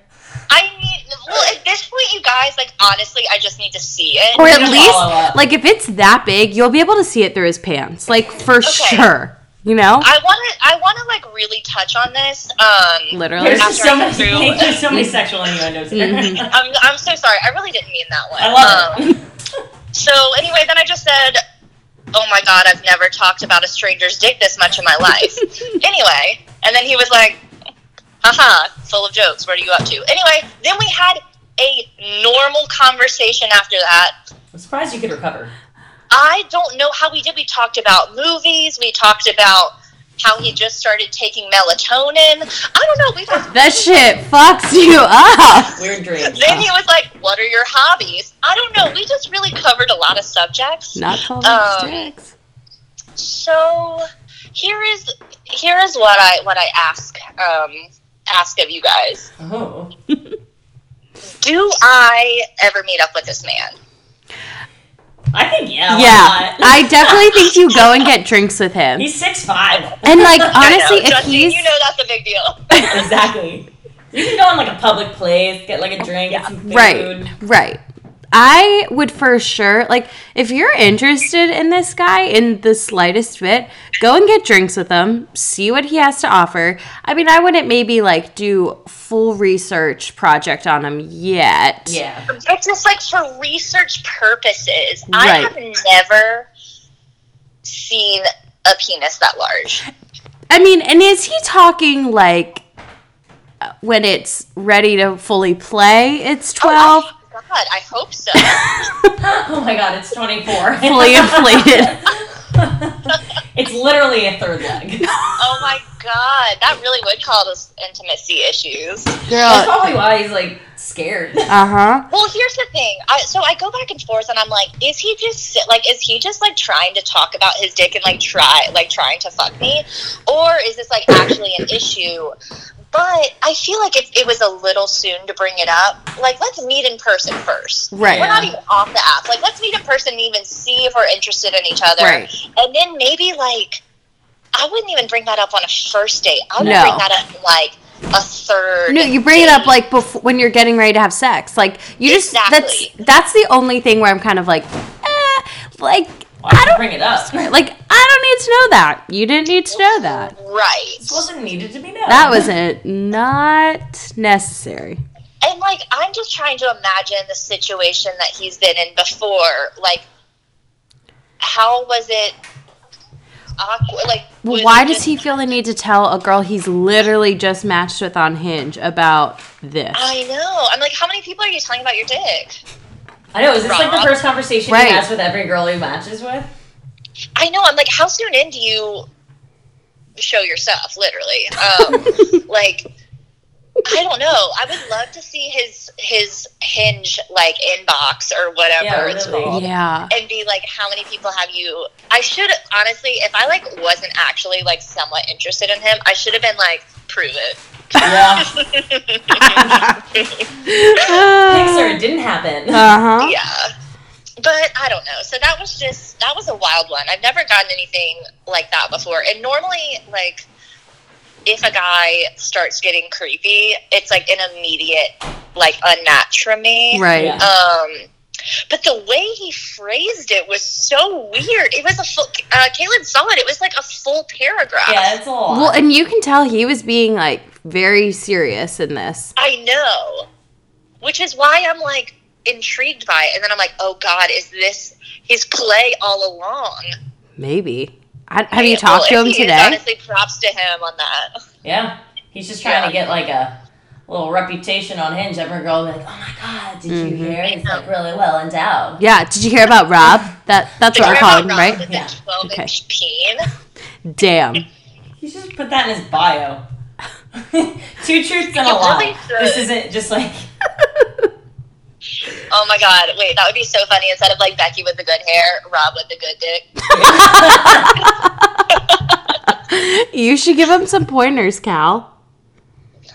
Speaker 3: I mean, well, at this point, you guys, like, honestly, I just need to see it.
Speaker 1: Or
Speaker 2: Get
Speaker 1: at
Speaker 2: a
Speaker 1: least,
Speaker 2: follow-up.
Speaker 1: like, if it's that big, you'll be able to see it through his pants. Like, for sure. You know?
Speaker 3: I want to, I want to, like, really touch on this. Um,
Speaker 1: Literally.
Speaker 2: There's
Speaker 3: After
Speaker 2: so
Speaker 3: I
Speaker 2: many,
Speaker 3: got through-
Speaker 2: there's so many sexual innuendos here.
Speaker 1: Mhm.
Speaker 3: I'm, I'm so sorry. I really didn't mean that one.
Speaker 2: I love
Speaker 3: um,
Speaker 2: it.
Speaker 3: So, anyway, then I just said, oh my God, I've never talked about a stranger's dick this much in my life. anyway, and then he was like, haha, full of jokes. What are you up to? Anyway, then we had a normal conversation after that.
Speaker 2: I'm surprised you could recover.
Speaker 3: I don't know how we did. We talked about movies. We talked about how he just started taking melatonin. I don't know. We got,
Speaker 1: That shit fucks you up.
Speaker 2: Weird dreams.
Speaker 3: then he was like, "What are your hobbies?" I don't know. We just really covered a lot of subjects.
Speaker 1: Not 12
Speaker 3: Um,
Speaker 1: sticks.
Speaker 3: So here is here is what I what I ask um, ask of you guys.
Speaker 2: Oh.
Speaker 3: Do I ever meet up with this man?
Speaker 2: I think yeah. why
Speaker 1: Yeah.
Speaker 2: not?
Speaker 1: I definitely think you go and get drinks with him.
Speaker 2: He's six five.
Speaker 1: And, like,
Speaker 3: I know,
Speaker 1: honestly, if
Speaker 3: Justin,
Speaker 1: he's.
Speaker 3: you know that's a big deal.
Speaker 2: exactly. You can go in like a public place, get like a drink, get some food.
Speaker 1: Right. Right. I would for sure like if you're interested in this guy in the slightest bit, go and get drinks with him, see what he has to offer. I mean, I wouldn't maybe like do full research project on him yet.
Speaker 2: Yeah.
Speaker 3: It's just like for research purposes. I
Speaker 1: Right.
Speaker 3: have never seen a penis that large.
Speaker 1: I mean, and is he talking like uh, when it's ready to fully play, it's 12
Speaker 3: Oh, I- God, I hope so.
Speaker 2: Oh my god, it's twenty four.
Speaker 1: fully inflated.
Speaker 2: it's literally a third leg.
Speaker 1: Uh,
Speaker 3: oh my God, that really would cause intimacy issues.
Speaker 2: That's
Speaker 1: Girl,
Speaker 2: probably why he's like scared.
Speaker 1: uh-huh.
Speaker 3: Well, here's the thing. I, so I go back and forth, and I'm like, is he just si- like, is he just like trying to talk about his dick and like try, like trying to fuck me, or is this like actually an issue? But I feel like if it was a little soon to bring it up, like let's meet in person first.
Speaker 1: Right.
Speaker 3: We're not even off the app. Like, let's meet in person and even see if we're interested in each other.
Speaker 1: Right.
Speaker 3: And then maybe, like, I wouldn't even bring that up on a first date. I would
Speaker 1: No.
Speaker 3: bring that up, like, a third.
Speaker 1: No, you bring it up
Speaker 3: date.
Speaker 1: like before when you're getting ready to have sex. Like you just
Speaker 3: Exactly.
Speaker 1: that's that's the only thing where I'm kind of like, eh, like
Speaker 2: Why
Speaker 1: I
Speaker 2: would you
Speaker 1: don't
Speaker 2: bring it up? This
Speaker 1: like I don't need to know that. You didn't need to know that.
Speaker 3: Right.
Speaker 2: wasn't needed to be known.
Speaker 1: That was it. Not necessary.
Speaker 3: And, like, I'm just trying to imagine the situation that he's been in before. Like, how was it awkward? Like, was
Speaker 1: Well,
Speaker 3: it
Speaker 1: why does
Speaker 3: just-
Speaker 1: he feel the need to tell a girl he's literally just matched with on Hinge about this?
Speaker 3: I know. I'm like, how many people are you telling about your dick?
Speaker 2: I know. Is this like
Speaker 3: Wrong.
Speaker 2: the first conversation
Speaker 1: Right.
Speaker 2: he has with every girl he matches with?
Speaker 3: I know. I'm like, how soon in do you show your stuff, literally. Um, like, I don't know. I would love to see his his hinge like inbox or whatever
Speaker 2: Yeah,
Speaker 3: it's
Speaker 2: really.
Speaker 3: called.
Speaker 1: Yeah.
Speaker 3: And be like, how many people have you? I should honestly, if I like wasn't actually like somewhat interested in him, I should have been like, prove it.
Speaker 2: Yeah. Pixar,
Speaker 1: uh
Speaker 2: it didn't happen.
Speaker 1: huh.
Speaker 3: Yeah. But I don't know. So that was just that was a wild one. I've never gotten anything like that before. And normally like if a guy starts getting creepy, it's like an immediate like unmatch from me.
Speaker 1: Right.
Speaker 2: Yeah.
Speaker 3: Um but the way he phrased it was so weird. It was a full uh Caitlin saw it. It was like a full paragraph.
Speaker 2: Yeah, it's a lot.
Speaker 1: Well, and you can tell he was being like very serious in this.
Speaker 3: I know. Which is why I'm like intrigued by it. And then I'm like, oh God, is this his play all along?
Speaker 1: Maybe. I, have you
Speaker 3: Yeah,
Speaker 1: talked
Speaker 3: well,
Speaker 1: to him
Speaker 3: he is,
Speaker 1: today?
Speaker 3: Honestly, props to him on that.
Speaker 2: yeah. He's just trying to get like a little reputation on Hinge. Every girl will be like, oh my God, did
Speaker 1: Mm-hmm.
Speaker 2: you hear? He's like really well endowed.
Speaker 1: Yeah. Did you hear about Rob? That that's
Speaker 3: The
Speaker 1: what I
Speaker 3: Grandma
Speaker 1: call him,
Speaker 3: Rob
Speaker 1: right?
Speaker 3: With
Speaker 2: Yeah.
Speaker 3: the 12
Speaker 1: Okay.
Speaker 3: inch peen.
Speaker 1: Damn.
Speaker 2: He should put that in his bio. Two truths and a
Speaker 3: He
Speaker 2: lie.
Speaker 3: really
Speaker 2: this
Speaker 3: should.
Speaker 2: isn't just like
Speaker 3: Oh my god, wait, that would be so funny. Instead of like Becky with the good hair, Rob with the good dick.
Speaker 1: you should give him some pointers, Cal.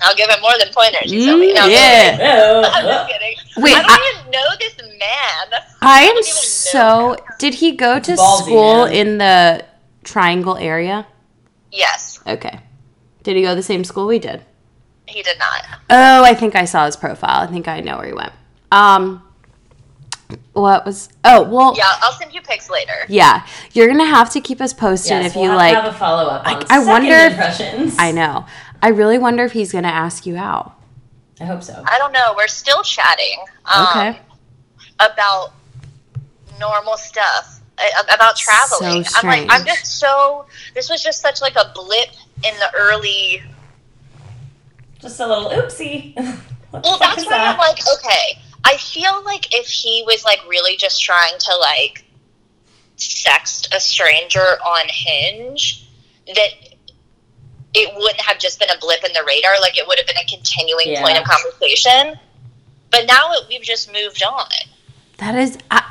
Speaker 3: I'll give him more than pointers. You
Speaker 1: Mm,
Speaker 3: feel me? No, I'm
Speaker 1: yeah.
Speaker 3: kidding. I'm
Speaker 2: oh,
Speaker 3: just kidding.
Speaker 1: Wait,
Speaker 3: I don't
Speaker 1: I-
Speaker 3: even know this man.
Speaker 1: I
Speaker 3: don't
Speaker 1: am
Speaker 3: even
Speaker 1: so. Did he go to
Speaker 2: Ballsy,
Speaker 1: school
Speaker 2: man.
Speaker 1: in the Triangle area?
Speaker 3: Yes,
Speaker 1: Okay. Did he go to the same school we did?
Speaker 3: he did not.
Speaker 1: Oh, I think I saw his profile. I think I know where he went. Um, what was? Oh, well, yeah.
Speaker 3: Yeah, I'll send you pics later.
Speaker 1: You're gonna have to keep us posted
Speaker 2: yes,
Speaker 1: if
Speaker 2: we'll
Speaker 1: you
Speaker 2: have to
Speaker 1: like.
Speaker 2: have a follow up on
Speaker 1: I
Speaker 2: second
Speaker 1: wonder if-
Speaker 2: impressions.
Speaker 1: I know. I really wonder if he's gonna ask you out.
Speaker 2: I hope so.
Speaker 3: I don't know. We're still chatting. Um,
Speaker 1: Okay.
Speaker 3: about normal stuff a- about traveling.
Speaker 1: So
Speaker 3: I'm like, I'm
Speaker 1: strange.
Speaker 3: just so. This was just such like a blip in the early.
Speaker 2: Just a little oopsie. What the
Speaker 3: Well,
Speaker 2: fuck
Speaker 3: that's
Speaker 2: is
Speaker 3: why
Speaker 2: that?
Speaker 3: I'm like, okay. I feel like if he was like really just trying to like sext a stranger on Hinge, that it wouldn't have just been a blip in the radar. Like it would have been a continuing
Speaker 2: Yeah.
Speaker 3: point of conversation. But now it, we've just moved on.
Speaker 1: That is, I,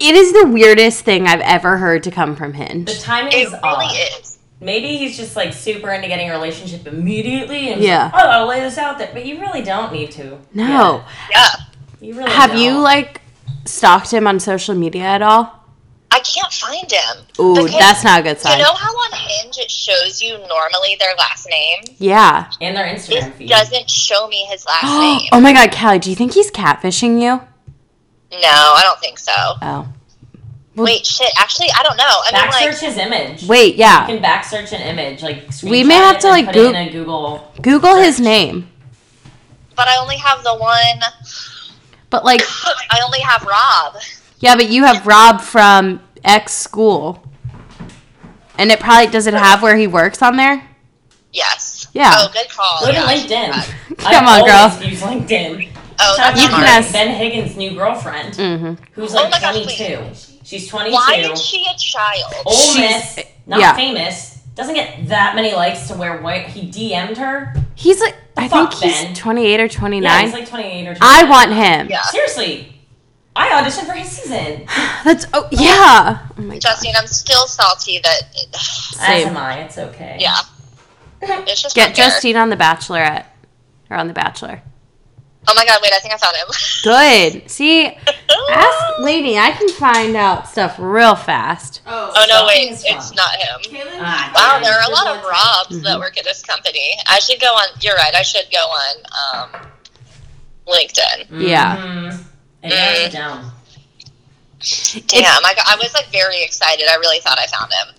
Speaker 1: it is the weirdest thing I've ever heard to come from
Speaker 2: the
Speaker 1: Hinge.
Speaker 2: timing
Speaker 3: It
Speaker 2: is
Speaker 3: really
Speaker 2: odd.
Speaker 3: is.
Speaker 2: Maybe he's just like super into getting a relationship immediately and
Speaker 1: Yeah.
Speaker 2: yeah. like, oh, I'll lay this out there. But you really don't need to.
Speaker 1: No,
Speaker 3: Yeah.
Speaker 2: Yeah, you really
Speaker 1: have
Speaker 2: don't.
Speaker 1: you like stalked him on social media at all?
Speaker 3: I can't find him.
Speaker 1: Ooh,
Speaker 3: Because-
Speaker 1: that's not a good
Speaker 3: You
Speaker 1: sign.
Speaker 3: know how on Hinge it shows you normally their last name?
Speaker 1: yeah.
Speaker 2: in their Instagram
Speaker 3: It
Speaker 2: feed?
Speaker 3: doesn't show me his last name.
Speaker 1: oh my God, Callie, do you think he's catfishing you?
Speaker 3: No, I don't think so.
Speaker 1: Oh,
Speaker 3: Wait, shit. Actually, I don't know. I mean,
Speaker 2: back
Speaker 3: like,
Speaker 2: search his image.
Speaker 1: wait, yeah.
Speaker 2: You can back search an image. Like
Speaker 1: We may
Speaker 2: screenshot
Speaker 1: have
Speaker 2: it
Speaker 1: to,
Speaker 2: and
Speaker 1: like,
Speaker 2: put
Speaker 1: Goog-
Speaker 2: it in a Google.
Speaker 1: Google his name.
Speaker 3: but I only have the one.
Speaker 1: But like,
Speaker 3: I only have Rob.
Speaker 1: yeah, but you have Rob from X school, and it probably does it have where he works on there.
Speaker 3: Yes.
Speaker 1: Yeah.
Speaker 3: Oh, good call.
Speaker 2: Go to
Speaker 3: Yeah, I should do that.
Speaker 2: LinkedIn.
Speaker 1: Come
Speaker 2: I
Speaker 1: on, girl.
Speaker 2: always Use LinkedIn. Talking
Speaker 3: Oh, that's
Speaker 1: You
Speaker 2: you
Speaker 1: can
Speaker 3: smart.
Speaker 1: ask-
Speaker 2: Ben Higgins' new girlfriend,
Speaker 1: Mm-hmm.
Speaker 2: who's
Speaker 3: Oh
Speaker 2: like
Speaker 3: my gosh,
Speaker 2: 22. She's 22.
Speaker 3: Why is she a child?
Speaker 2: Ole
Speaker 1: She's-
Speaker 2: Miss, not
Speaker 1: yeah.
Speaker 2: famous, doesn't get that many likes to where white. He DM'd her.
Speaker 1: He's like, I
Speaker 2: Fuck
Speaker 1: think he's
Speaker 2: Ben.
Speaker 1: 28 or 29.
Speaker 2: Yeah, he's like 28 or 29.
Speaker 1: I want him.
Speaker 3: Yeah.
Speaker 2: Seriously, I auditioned for his season.
Speaker 1: That's oh yeah. Oh my god.
Speaker 3: Justine, I'm still salty that.
Speaker 2: As
Speaker 1: Same.
Speaker 2: am I. It's okay.
Speaker 3: Yeah. It's just
Speaker 1: Get
Speaker 3: not fair.
Speaker 1: Justine on the Bachelorette or on the Bachelor.
Speaker 3: Oh my god! Wait, I think I found him. Oh,
Speaker 1: Good. See, ask Lainey. I can find out stuff real fast.
Speaker 4: Oh,
Speaker 3: Oh
Speaker 2: Stalking
Speaker 3: no! Wait,
Speaker 2: is
Speaker 3: it's
Speaker 2: fun.
Speaker 3: not him.
Speaker 4: Caitlin
Speaker 2: Ah,
Speaker 4: Hopkins
Speaker 3: Wow,
Speaker 2: Yeah,
Speaker 3: there are a
Speaker 4: is
Speaker 3: lot
Speaker 4: the
Speaker 3: of
Speaker 4: one-
Speaker 3: Robs that work at this company. I should go on. You're right. I should go on um, LinkedIn.
Speaker 1: Yeah.
Speaker 3: Mm.
Speaker 2: Mhm. And narrows it down.
Speaker 3: Damn, I, got- I was like very excited. I really thought I found him.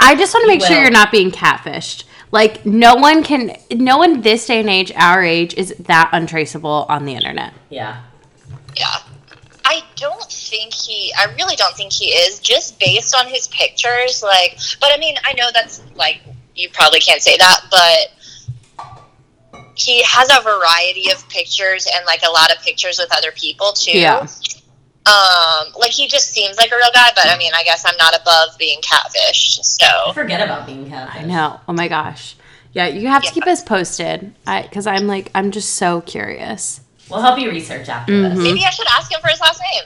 Speaker 1: I just want to make
Speaker 2: You
Speaker 1: sure
Speaker 2: will.
Speaker 1: you're not being catfished. Like no one can, no one this day and age, our age, is that untraceable on the internet.
Speaker 2: Yeah.
Speaker 3: Yeah, I don't think he. I really don't think he is. Just based on his pictures, like. But I mean, I know that's like you probably can't say that, but he has a variety of pictures and like a lot of pictures with other people too.
Speaker 1: Yeah.
Speaker 3: Um, like he just seems like a real guy, but I mean, I guess I'm not above being catfished. So
Speaker 2: Forget about being Catholic.
Speaker 1: I know. Oh my gosh. Yeah, you have to keep us posted. I because I'm like I'm just so curious.
Speaker 2: We'll help you research after
Speaker 1: Mm. Mm-hmm.
Speaker 2: this.
Speaker 3: maybe I should ask him for his last name.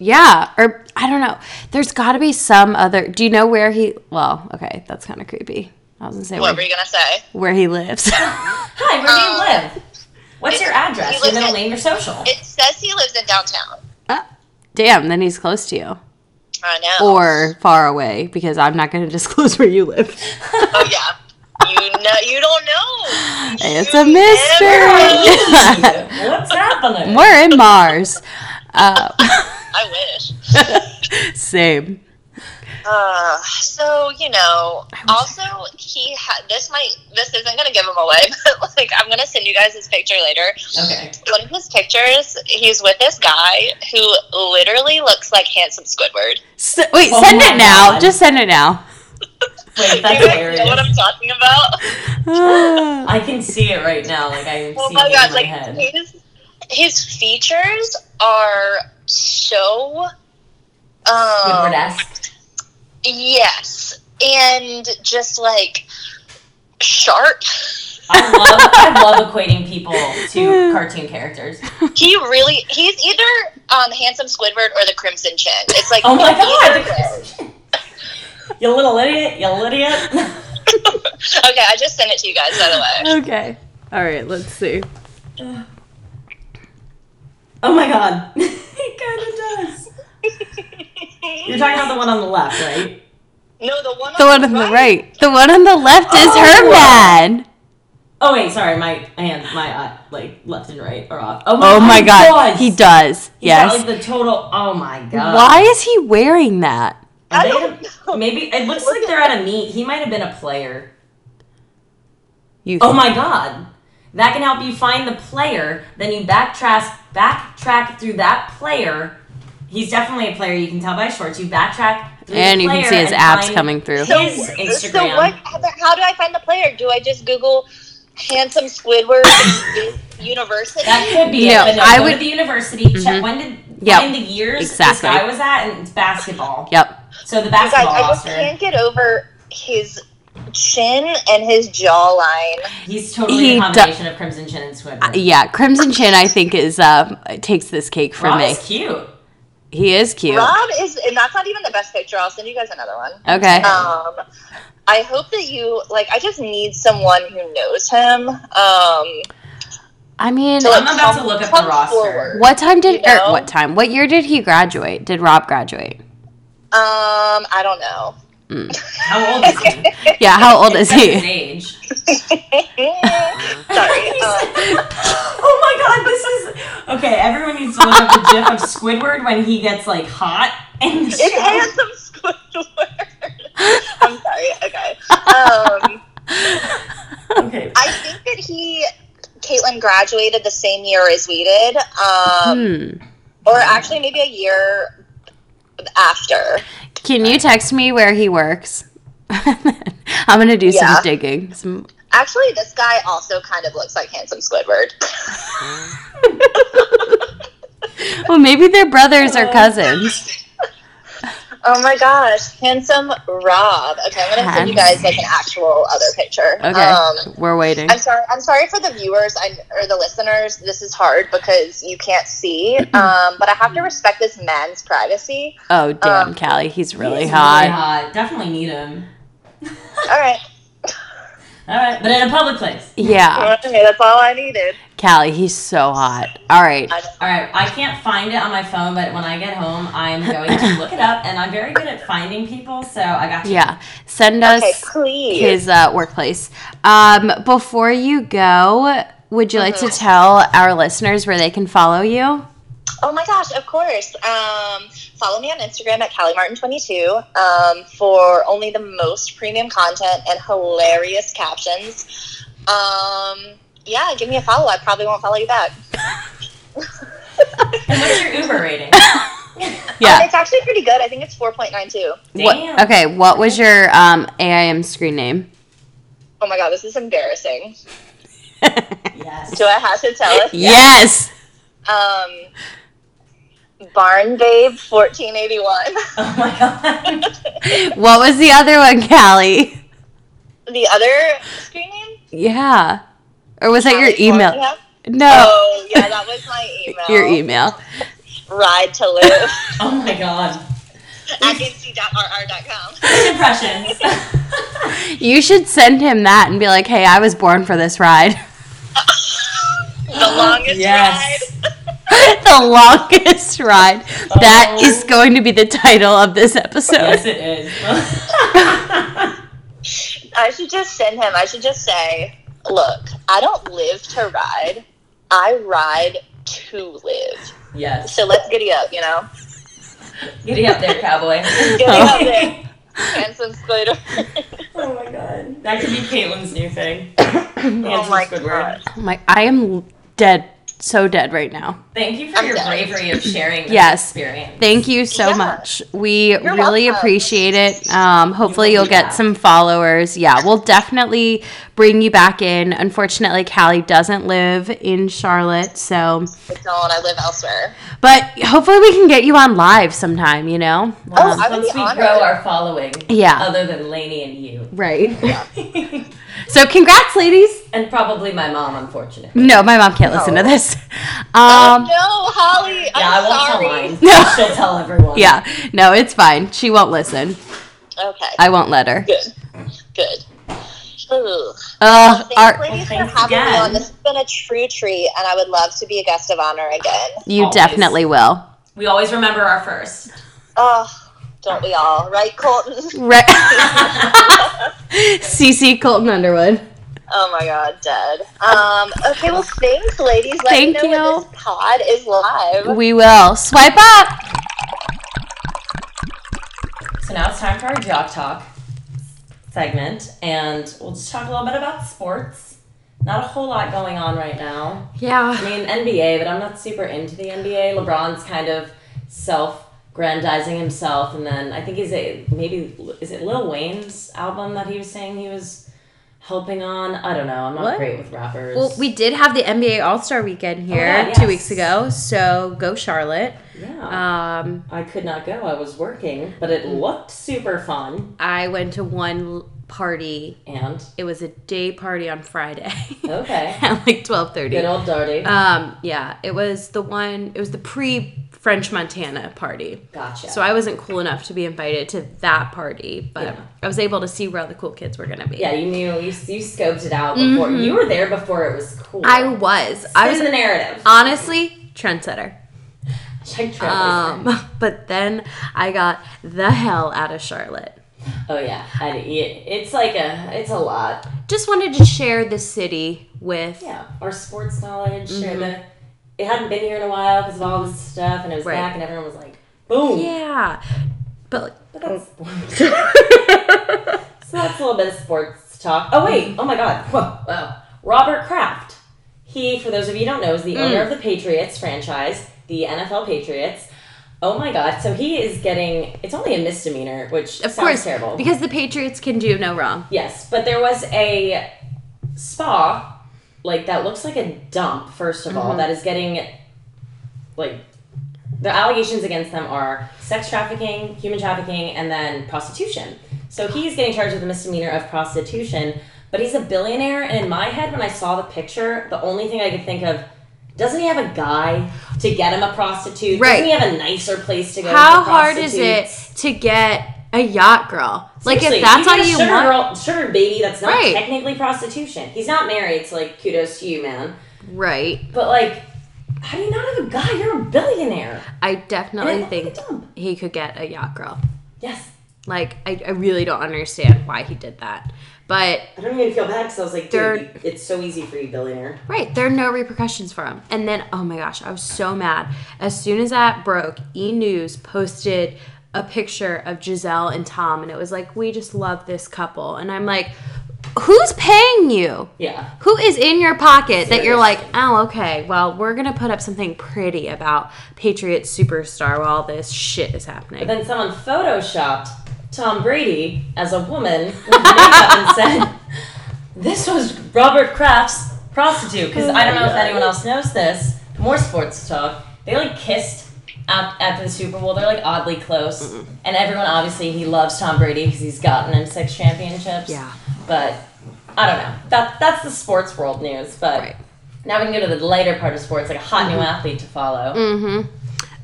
Speaker 1: Yeah, or I don't know. There's got to be some other. Do you know where he? Well, okay, that's kind of creepy. I was gonna say
Speaker 3: What were
Speaker 1: where,
Speaker 3: you gonna say?
Speaker 1: where he lives.
Speaker 2: Hi,
Speaker 3: Um,
Speaker 2: where do you live? What's your
Speaker 3: he
Speaker 2: address? Your
Speaker 3: lives
Speaker 2: middle
Speaker 3: in-
Speaker 2: name? Your social?
Speaker 3: It says he lives in downtown.
Speaker 1: Ah, Damn, then he's close to you
Speaker 3: I know.
Speaker 1: or far away because I'm not gonna disclose where you live.
Speaker 3: oh yeah, you know you don't know.
Speaker 1: It's
Speaker 3: You
Speaker 1: a
Speaker 3: never
Speaker 1: mystery.
Speaker 2: What's happening?
Speaker 1: We're in Mars. Uh,
Speaker 3: I wish.
Speaker 1: same.
Speaker 3: Uh, so you know. Also, he had this might this isn't gonna give him away, but like I'm gonna send you guys his picture later.
Speaker 2: Okay.
Speaker 3: One of his pictures, he's with this guy who literally looks like handsome Squidward.
Speaker 1: S wait,
Speaker 2: Oh
Speaker 1: send
Speaker 2: my
Speaker 1: it now.
Speaker 2: God.
Speaker 1: Just send it now.
Speaker 2: Wait,
Speaker 3: Do
Speaker 2: that's
Speaker 3: you guys
Speaker 2: hilarious.
Speaker 3: know what I'm talking about?
Speaker 1: Ah.
Speaker 2: I can see it right now. Like I can
Speaker 3: Oh
Speaker 2: see
Speaker 3: my
Speaker 2: it
Speaker 3: god!
Speaker 2: in my
Speaker 3: Like
Speaker 2: head.
Speaker 3: his his features are so.
Speaker 2: Squidward
Speaker 3: Um,
Speaker 2: esque.
Speaker 3: Yes, and just like sharp.
Speaker 2: I love I love equating people to cartoon characters.
Speaker 3: He really he's either um handsome Squidward or the Crimson Chin. It's like
Speaker 2: Oh my
Speaker 3: either
Speaker 2: god! you little idiot! You idiot!
Speaker 3: way. Okay, I just sent it to you guys by the way.
Speaker 1: okay. All right. Let's see.
Speaker 2: Oh my god! it kind of does. You're talking about the one on the left, right?
Speaker 3: No, the one
Speaker 1: The one on the right. The one on the left is her
Speaker 2: Oh.
Speaker 1: man.
Speaker 2: Oh wait, sorry, my hand, my eye, like left and right are off. Oh my,
Speaker 1: Oh my
Speaker 2: he
Speaker 1: god.
Speaker 2: does.
Speaker 1: He does.
Speaker 2: He's got,
Speaker 1: Yes.
Speaker 2: like the total. Oh my god.
Speaker 1: Why is he wearing that?
Speaker 2: Are
Speaker 3: I
Speaker 2: they
Speaker 3: don't
Speaker 2: at a-
Speaker 3: know.
Speaker 2: maybe it looks like they're at a meet. He might have been a player.
Speaker 1: You
Speaker 2: Oh my god. That can help you find the player. Then you backtrack backtrack through that player. He's definitely a player. You can tell by his shorts. You backtrack through
Speaker 1: and
Speaker 2: the
Speaker 1: you can
Speaker 2: player
Speaker 1: see his
Speaker 2: and
Speaker 1: abs
Speaker 2: find
Speaker 1: coming through.
Speaker 2: His
Speaker 3: So
Speaker 2: Instagram.
Speaker 3: what? How do I find the player? Do I just Google handsome Squidward University?
Speaker 2: That could be
Speaker 1: No,
Speaker 2: it. But no,
Speaker 1: I
Speaker 2: go
Speaker 1: would- Mm-hmm.
Speaker 2: to the university. Check when did
Speaker 1: Yep.
Speaker 2: find the years this
Speaker 1: Exactly.
Speaker 2: guy was at, and it's basketball.
Speaker 1: Yep.
Speaker 2: So the
Speaker 3: You guys,
Speaker 2: basketball
Speaker 3: I just
Speaker 2: roster.
Speaker 3: can't get over his chin and his jawline.
Speaker 2: He's totally
Speaker 1: He
Speaker 2: a
Speaker 1: do-
Speaker 2: combination of Crimson Chin and
Speaker 1: Uh,
Speaker 2: Squidward.
Speaker 1: Yeah. Crimson Chin, I think, is um takes this cake for
Speaker 2: Rob
Speaker 1: me.
Speaker 2: is cute.
Speaker 1: He is cute.
Speaker 3: Rob is, and that's not even the best picture. I'll send you guys another one.
Speaker 1: Okay.
Speaker 3: Um, I hope that you like. I just need someone who knows him. Um,
Speaker 1: I mean,
Speaker 3: to, like,
Speaker 2: I'm about to
Speaker 3: come-
Speaker 2: look up
Speaker 3: come
Speaker 2: the roster.
Speaker 3: forward.
Speaker 1: what time did
Speaker 3: you know?
Speaker 1: or what time? What year did he graduate? Did Rob graduate?
Speaker 3: Um, I don't know.
Speaker 2: How old is he?
Speaker 1: Yeah, how old is
Speaker 2: That's his
Speaker 1: he?
Speaker 2: age.
Speaker 3: Sorry.
Speaker 2: He
Speaker 1: uh,
Speaker 3: Um,
Speaker 2: said- oh my god, this is okay. Everyone needs to look up the gif of Squidward when he gets like hot and the
Speaker 3: it's
Speaker 2: show.
Speaker 3: handsome Squidward. I'm sorry. Okay. Um,
Speaker 2: Okay.
Speaker 3: I think that he, Caitlin, graduated the same year as we did. Um,
Speaker 1: Hmm.
Speaker 3: or actually maybe a year after.
Speaker 1: Can you text me where he works? I'm gonna do
Speaker 3: Yeah.
Speaker 1: some digging. Some
Speaker 3: Actually, this guy also kind of looks like handsome Squidward.
Speaker 1: Well, maybe they're brothers or cousins.
Speaker 3: Oh my gosh, handsome Rob. Okay, I'm gonna send you guys like an actual other picture.
Speaker 1: Okay,
Speaker 3: Um,
Speaker 1: we're waiting.
Speaker 3: I'm sorry. I'm sorry for the viewers I'm, or the listeners. This is hard because you can't see. Um, but I have to respect this man's privacy.
Speaker 1: Oh damn,
Speaker 3: um,
Speaker 1: Callie, he's really
Speaker 2: He's
Speaker 1: hot.
Speaker 2: Definitely need him.
Speaker 3: All right.
Speaker 2: All right, but in a public place.
Speaker 1: Yeah,
Speaker 3: Okay, that's all I needed.
Speaker 1: Callie, he's so hot. All right,
Speaker 2: All right, I can't find it on my phone, but when I get home, I'm going to look it up, and I'm very good at finding people, so I got you.
Speaker 1: yeah, send
Speaker 3: Okay,
Speaker 1: us
Speaker 3: please.
Speaker 1: his uh, workplace. Um, before you go, would you like to tell our listeners where they can follow you?
Speaker 3: Oh my gosh, of course. Um, follow me on Instagram at CallieMartin22 um, for only the most premium content and hilarious captions. Um, yeah, give me a follow. I probably won't follow you back.
Speaker 2: And what's your Uber rating?
Speaker 3: Um,
Speaker 1: Yeah.
Speaker 3: it's actually pretty good. I think it's 4.92.
Speaker 1: What,
Speaker 2: Damn.
Speaker 1: okay. What was your um, AIM screen name?
Speaker 3: Oh my god, this is embarrassing.
Speaker 2: Yes.
Speaker 3: Do I have to tell us?
Speaker 1: Yes.
Speaker 3: Um, Barn Babe 1481.
Speaker 2: Oh my god.
Speaker 1: What was the other one, Callie?
Speaker 3: the other screen name?
Speaker 1: Yeah. Or was that your
Speaker 3: California?
Speaker 1: email? No.
Speaker 3: Oh, yeah, that was my email.
Speaker 1: Your email.
Speaker 3: Ride to live
Speaker 2: oh my god.
Speaker 3: at nc.rr.com.
Speaker 2: First impressions.
Speaker 1: You should send him that and be like, hey, I was born for this ride.
Speaker 3: The longest
Speaker 2: yes.
Speaker 3: ride.
Speaker 1: the longest ride. That
Speaker 2: Oh.
Speaker 1: is going to be the title of this episode.
Speaker 2: Yes, it is.
Speaker 3: I should just send him, I should just say, look, I don't live to ride, I ride to live.
Speaker 2: yes.
Speaker 3: So let's giddy up, you know?
Speaker 2: Giddy up there, cowboy.
Speaker 3: Giddy up there. Handsome Squid.
Speaker 2: Oh my god. That could be Caitlin's new thing.
Speaker 3: oh
Speaker 2: Handsome
Speaker 3: my
Speaker 2: Squidward.
Speaker 3: god.
Speaker 1: I'm like, I am dead, so dead right now.
Speaker 2: Thank you for
Speaker 3: I'm
Speaker 2: your
Speaker 3: done.
Speaker 2: bravery of sharing this
Speaker 1: Yes.
Speaker 2: experience.
Speaker 1: Thank you so
Speaker 3: Yeah.
Speaker 1: much. We
Speaker 3: You're
Speaker 1: really
Speaker 3: welcome.
Speaker 1: appreciate it. Um, hopefully,
Speaker 2: will
Speaker 1: you'll
Speaker 2: be
Speaker 1: get
Speaker 2: back.
Speaker 1: some followers. Yeah, we'll definitely bring you back in. Unfortunately, Callie doesn't live in Charlotte, so
Speaker 3: I don't, I live elsewhere.
Speaker 1: but hopefully, we can get you on live sometime. You know,
Speaker 2: Once,
Speaker 3: I
Speaker 2: Um,
Speaker 3: would
Speaker 2: once
Speaker 3: Oh, be
Speaker 2: we
Speaker 3: honored.
Speaker 2: grow our following,
Speaker 1: Yeah.
Speaker 2: other than Lainey and you,
Speaker 1: right? So, congrats, ladies.
Speaker 2: and probably my mom, unfortunately.
Speaker 1: No, my mom can't listen to
Speaker 3: Oh.
Speaker 1: this.
Speaker 3: oh
Speaker 1: Um,
Speaker 3: no, Holly, I'm
Speaker 2: yeah, I won't
Speaker 3: sorry.
Speaker 2: tell mine.
Speaker 1: No.
Speaker 2: She'll tell everyone.
Speaker 1: yeah, no, it's fine. She won't listen.
Speaker 3: Okay.
Speaker 1: I won't let her.
Speaker 3: Good. Good. Ooh.
Speaker 1: Uh,
Speaker 3: Thanks,
Speaker 1: our,
Speaker 3: ladies,
Speaker 2: Well, thanks
Speaker 3: for having me
Speaker 2: again.
Speaker 3: on. This has been a true treat, and I would love to be a guest of honor again.
Speaker 1: you
Speaker 2: Always.
Speaker 1: definitely will.
Speaker 2: We always remember our first.
Speaker 3: Oh, don't we all? Right, Colton?
Speaker 1: Right. CC Colton Underwood.
Speaker 3: Oh my God, dead. Um, okay, well, thanks, ladies. Let
Speaker 1: Thank
Speaker 3: me know
Speaker 1: you.
Speaker 3: when this pod is live.
Speaker 1: We will swipe up.
Speaker 2: So now it's time for our jock talk segment, and we'll just talk a little bit about sports. Not a whole lot going on right now. I
Speaker 1: Yeah.
Speaker 2: mean NBA, but I'm not super into the NBA. LeBron's kind of self-grandizing himself, and then I think he's a maybe is it Lil Wayne's album that he was saying he was helping on. I don't know. I'm not
Speaker 1: What?
Speaker 2: great with rappers.
Speaker 1: Well, we did have the NBA All Star Weekend here
Speaker 2: yeah, yes.
Speaker 1: two weeks ago, so go Charlotte.
Speaker 2: yeah.
Speaker 1: Um,
Speaker 2: I could not go. I was working, but it looked super fun.
Speaker 1: I went to one l- party.
Speaker 2: And
Speaker 1: It was a day party on Friday
Speaker 2: okay,
Speaker 1: at like twelve
Speaker 2: good
Speaker 1: thirty.
Speaker 2: old Darty.
Speaker 1: Um, yeah, it was the one. It was the pre French Montana party.
Speaker 2: gotcha.
Speaker 1: So I wasn't cool enough to be invited to that party, but
Speaker 2: Yeah.
Speaker 1: I was able to see where all the cool kids were gonna be.
Speaker 2: yeah, you knew you, you scoped it out before. You were there before it was cool.
Speaker 1: Mm-hmm. I was. I
Speaker 2: I
Speaker 1: was
Speaker 2: the narrative.
Speaker 1: honestly trendsetter.
Speaker 2: Check Trailblazer.
Speaker 1: Um, but then I got the hell out of Charlotte.
Speaker 2: oh yeah, I, it, it's like a it's a lot.
Speaker 1: Just wanted to share the city with
Speaker 2: Yeah, our sports knowledge. share
Speaker 1: Mm-hmm.
Speaker 2: the, it hadn't been here in a while because of all this stuff, and it was
Speaker 1: Right.
Speaker 2: back, and everyone was like, "Boom!"
Speaker 1: yeah, but
Speaker 2: But that's sports. so that's a little bit of sports talk. Oh wait! Oh my God! Whoa! Wow! Robert Kraft. He, for those of you who don't know, is the
Speaker 1: Mm.
Speaker 2: owner of the Patriots franchise, the NFL Patriots. Oh my God! So he is getting. It's only a misdemeanor, which
Speaker 1: of
Speaker 2: sounds
Speaker 1: course
Speaker 2: terrible.
Speaker 1: because the Patriots can do no wrong.
Speaker 2: Yes, but there was a spa like that looks like a dump. First of
Speaker 1: Mm-hmm.
Speaker 2: all, that is getting like the allegations against them are sex trafficking, human trafficking, and then prostitution. So he's getting charged with a misdemeanor of prostitution, but he's a billionaire. And in my head, when I saw the picture, the only thing I could think of. Doesn't he have a guy to get him a prostitute?
Speaker 1: Right.
Speaker 2: Doesn't he have a nicer place to go?
Speaker 1: How
Speaker 2: for
Speaker 1: hard is it
Speaker 2: prostitutes?
Speaker 1: to get a yacht girl? Like if
Speaker 2: Seriously,
Speaker 1: that's
Speaker 2: you
Speaker 1: all
Speaker 2: get a
Speaker 1: you
Speaker 2: sugar
Speaker 1: want,
Speaker 2: girl, sugar baby. That's not
Speaker 1: Right.
Speaker 2: technically prostitution. He's not married, so like kudos to you, man.
Speaker 1: right?
Speaker 2: But like, how do you not have a guy? You're a billionaire.
Speaker 1: I
Speaker 2: And
Speaker 1: definitely
Speaker 2: it looked
Speaker 1: think
Speaker 2: like a dump.
Speaker 1: he could get a yacht girl.
Speaker 2: Yes,
Speaker 1: Like I, I really don't understand why he did that, but
Speaker 2: I don't even feel bad because I was like,
Speaker 1: They're-
Speaker 2: dude, you- it's so easy for you, billionaire.
Speaker 1: Right, there are no repercussions for him. And then, oh my gosh, I was so mad. As soon as that broke, E News posted a picture of Giselle and Tom, and it was like, we just love this couple. And I'm like, who's paying you?
Speaker 2: Yeah,
Speaker 1: Who is in your pocket that you're like, oh, okay, well, we're gonna put up something pretty about Patriot superstar while all this shit is
Speaker 2: but
Speaker 1: happening?
Speaker 2: then someone photoshopped Tom Brady as a woman with makeup and said, "This was Robert Kraft's
Speaker 1: Oh
Speaker 2: prostitute." Because I don't know if anyone else knows this. More sports talk. They like kissed ap- after the Super Bowl. They're like oddly close, and everyone obviously he loves Tom Brady because he's gotten him six championships.
Speaker 1: Yeah.
Speaker 2: but I don't know. That that's the sports world news. But
Speaker 1: Right. Mm-hmm.
Speaker 2: now we can go to the lighter part of sports, like a hot new athlete to follow.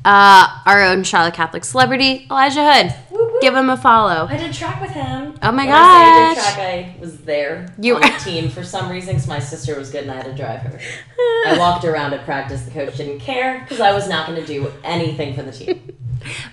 Speaker 1: Uh, our own Charlotte Catholic celebrity, Elijah Hood.
Speaker 2: Woo woo.
Speaker 1: Mm. Give him a follow.
Speaker 2: I did track with him.
Speaker 1: Oh my
Speaker 2: When I
Speaker 1: gosh.
Speaker 2: say I did track. I was there.
Speaker 1: You
Speaker 2: on
Speaker 1: were-
Speaker 2: the team for some reason because my sister was good and I had to drive her. I walked around at practice. The coach didn't care because I was not going to do anything for the team.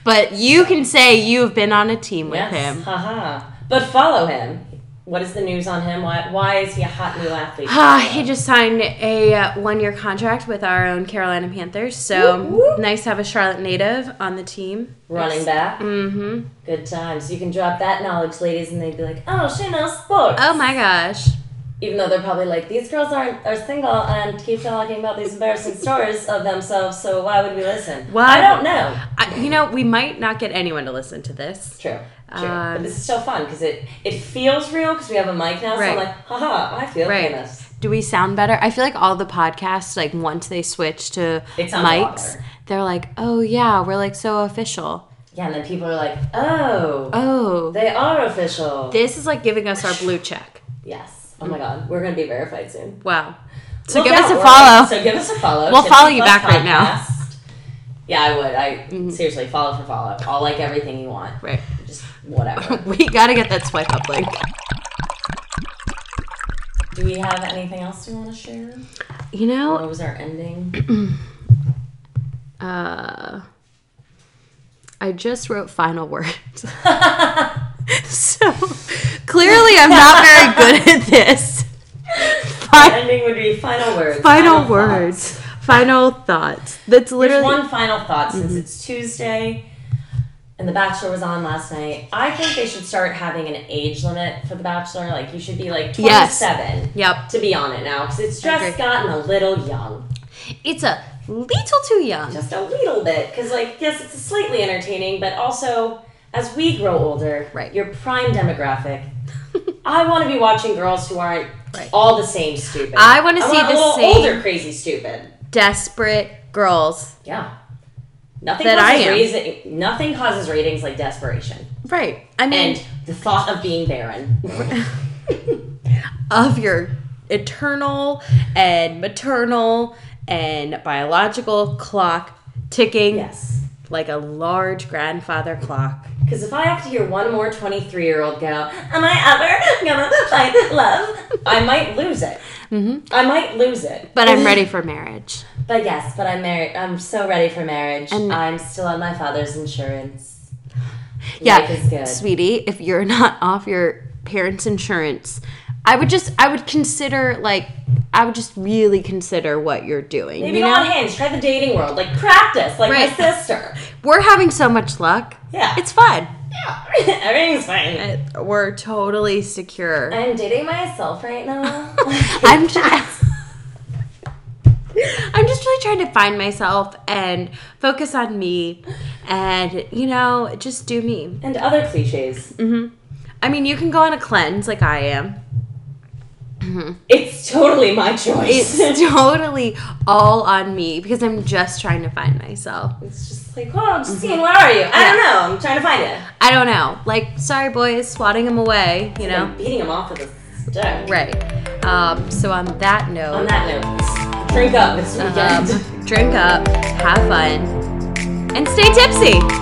Speaker 1: But you can say you've been on a team with
Speaker 2: yes.
Speaker 1: him.
Speaker 2: Haha. But follow him. What is the news on him? Why, why is he a hot new athlete?
Speaker 1: Ah, he just signed a uh, one-year contract with our own Carolina Panthers, so
Speaker 2: Whoop, whoop.
Speaker 1: nice to have a Charlotte native on the team.
Speaker 2: Running back.
Speaker 1: Mm-hmm.
Speaker 2: Good times. You can drop that knowledge, ladies, and they'd be like, oh, she knows sports.
Speaker 1: Oh my gosh.
Speaker 2: Even though they're probably like, these girls aren't are single and keep talking about these embarrassing stories of themselves, so why would we listen?
Speaker 1: Why
Speaker 2: I don't know.
Speaker 1: I, you know, we might not get anyone to listen to this.
Speaker 2: True. True.
Speaker 1: Um,
Speaker 2: but this is so fun because it, it feels real because we have a mic now. So
Speaker 1: Right.
Speaker 2: I'm like, haha, I feel
Speaker 1: Right.
Speaker 2: famous.
Speaker 1: Do we sound better? I feel like all the podcasts, like once they switch to
Speaker 2: It sounds a lot
Speaker 1: mics,
Speaker 2: better.
Speaker 1: they're like, oh yeah, we're like so official.
Speaker 2: Yeah, and then people are like, oh,
Speaker 1: Oh,
Speaker 2: they are official.
Speaker 1: this is like giving us our blue check.
Speaker 2: yes. Oh my God. We're going to be verified soon.
Speaker 1: Wow. So
Speaker 2: Look
Speaker 1: give us
Speaker 2: out,
Speaker 1: a
Speaker 2: we're-
Speaker 1: follow.
Speaker 2: So give us a follow.
Speaker 1: We'll
Speaker 2: Tipsy
Speaker 1: follow you
Speaker 2: Club
Speaker 1: back right now. Mm-hmm.
Speaker 2: Podcast. Yeah, I would. I seriously follow for follow. I'll like everything you want.
Speaker 1: right.
Speaker 2: Just whatever.
Speaker 1: We gotta get that swipe up link.
Speaker 2: Do we have anything else we want to share?
Speaker 1: You know,
Speaker 2: What was our ending?
Speaker 1: Uh, I just wrote final words. so clearly, I'm not very good at this. Fi-
Speaker 2: ending would be final words.
Speaker 1: final
Speaker 2: words.
Speaker 1: words. Final thoughts. That's
Speaker 2: There's
Speaker 1: literally. Mm-hmm.
Speaker 2: one final thought since it's Tuesday and The Bachelor was on last night. I think they should start having an age limit for The Bachelor. Like, you should be like 27
Speaker 1: Yes. Yep.
Speaker 2: to be on it now because it's
Speaker 1: I agree.
Speaker 2: just gotten a little young.
Speaker 1: It's a little too young.
Speaker 2: Just a little bit. Because, like, yes, it's slightly entertaining, but also as we grow older,
Speaker 1: Right.
Speaker 2: your prime demographic. I want to be watching girls who aren't
Speaker 1: Right.
Speaker 2: all the same stupid.
Speaker 1: I wanna see
Speaker 2: want
Speaker 1: the
Speaker 2: a little
Speaker 1: same-
Speaker 2: older crazy stupid.
Speaker 1: Desperate girls.
Speaker 2: Yeah. Nothing
Speaker 1: That I
Speaker 2: causes
Speaker 1: am.
Speaker 2: raising, nothing causes ratings like desperation
Speaker 1: Right. I mean,
Speaker 2: and the thought of being barren.
Speaker 1: of your eternal and maternal and biological clock ticking
Speaker 2: yes.
Speaker 1: like a large grandfather clock.
Speaker 2: Because if I have to hear one more 23 year old go, Am I ever gonna find love? I might lose it. Mm-hmm. I might lose it.
Speaker 1: But I'm ready for marriage.
Speaker 2: But yes, but I'm married. I'm so ready for marriage.
Speaker 1: And-
Speaker 2: I'm still on my father's insurance.
Speaker 1: Yeah,
Speaker 2: Life is good.
Speaker 1: sweetie, if you're not off your parents' insurance, I would just, I would consider like, I would just really consider what you're doing.
Speaker 2: Maybe
Speaker 1: you
Speaker 2: go
Speaker 1: know,
Speaker 2: on Hinge. Try the dating world. Like practice, like
Speaker 1: Right.
Speaker 2: my sister.
Speaker 1: we're having so much luck.
Speaker 2: Yeah.
Speaker 1: It's fun.
Speaker 2: yeah. Everything's fine.
Speaker 1: We're totally secure.
Speaker 2: I'm dating myself right now.
Speaker 1: I'm just. I'm just really trying to find myself and focus on me and, you know, just do me.
Speaker 2: and other cliches.
Speaker 1: I mean, you can go on a cleanse like I am.
Speaker 2: It's totally my choice.
Speaker 1: It's totally all on me because I'm just trying to find myself.
Speaker 2: It's just like, oh,
Speaker 1: Mm-hmm.
Speaker 2: Justine, where are you? I don't know. I'm trying to find it.
Speaker 1: I don't know. Like, sorry, boys, swatting them away, you know?
Speaker 2: I'm beating him off with a stick.
Speaker 1: Right. Um, so, on that note,
Speaker 2: On that note, drink up. It's weekend.
Speaker 1: um, drink up, have fun, and stay tipsy.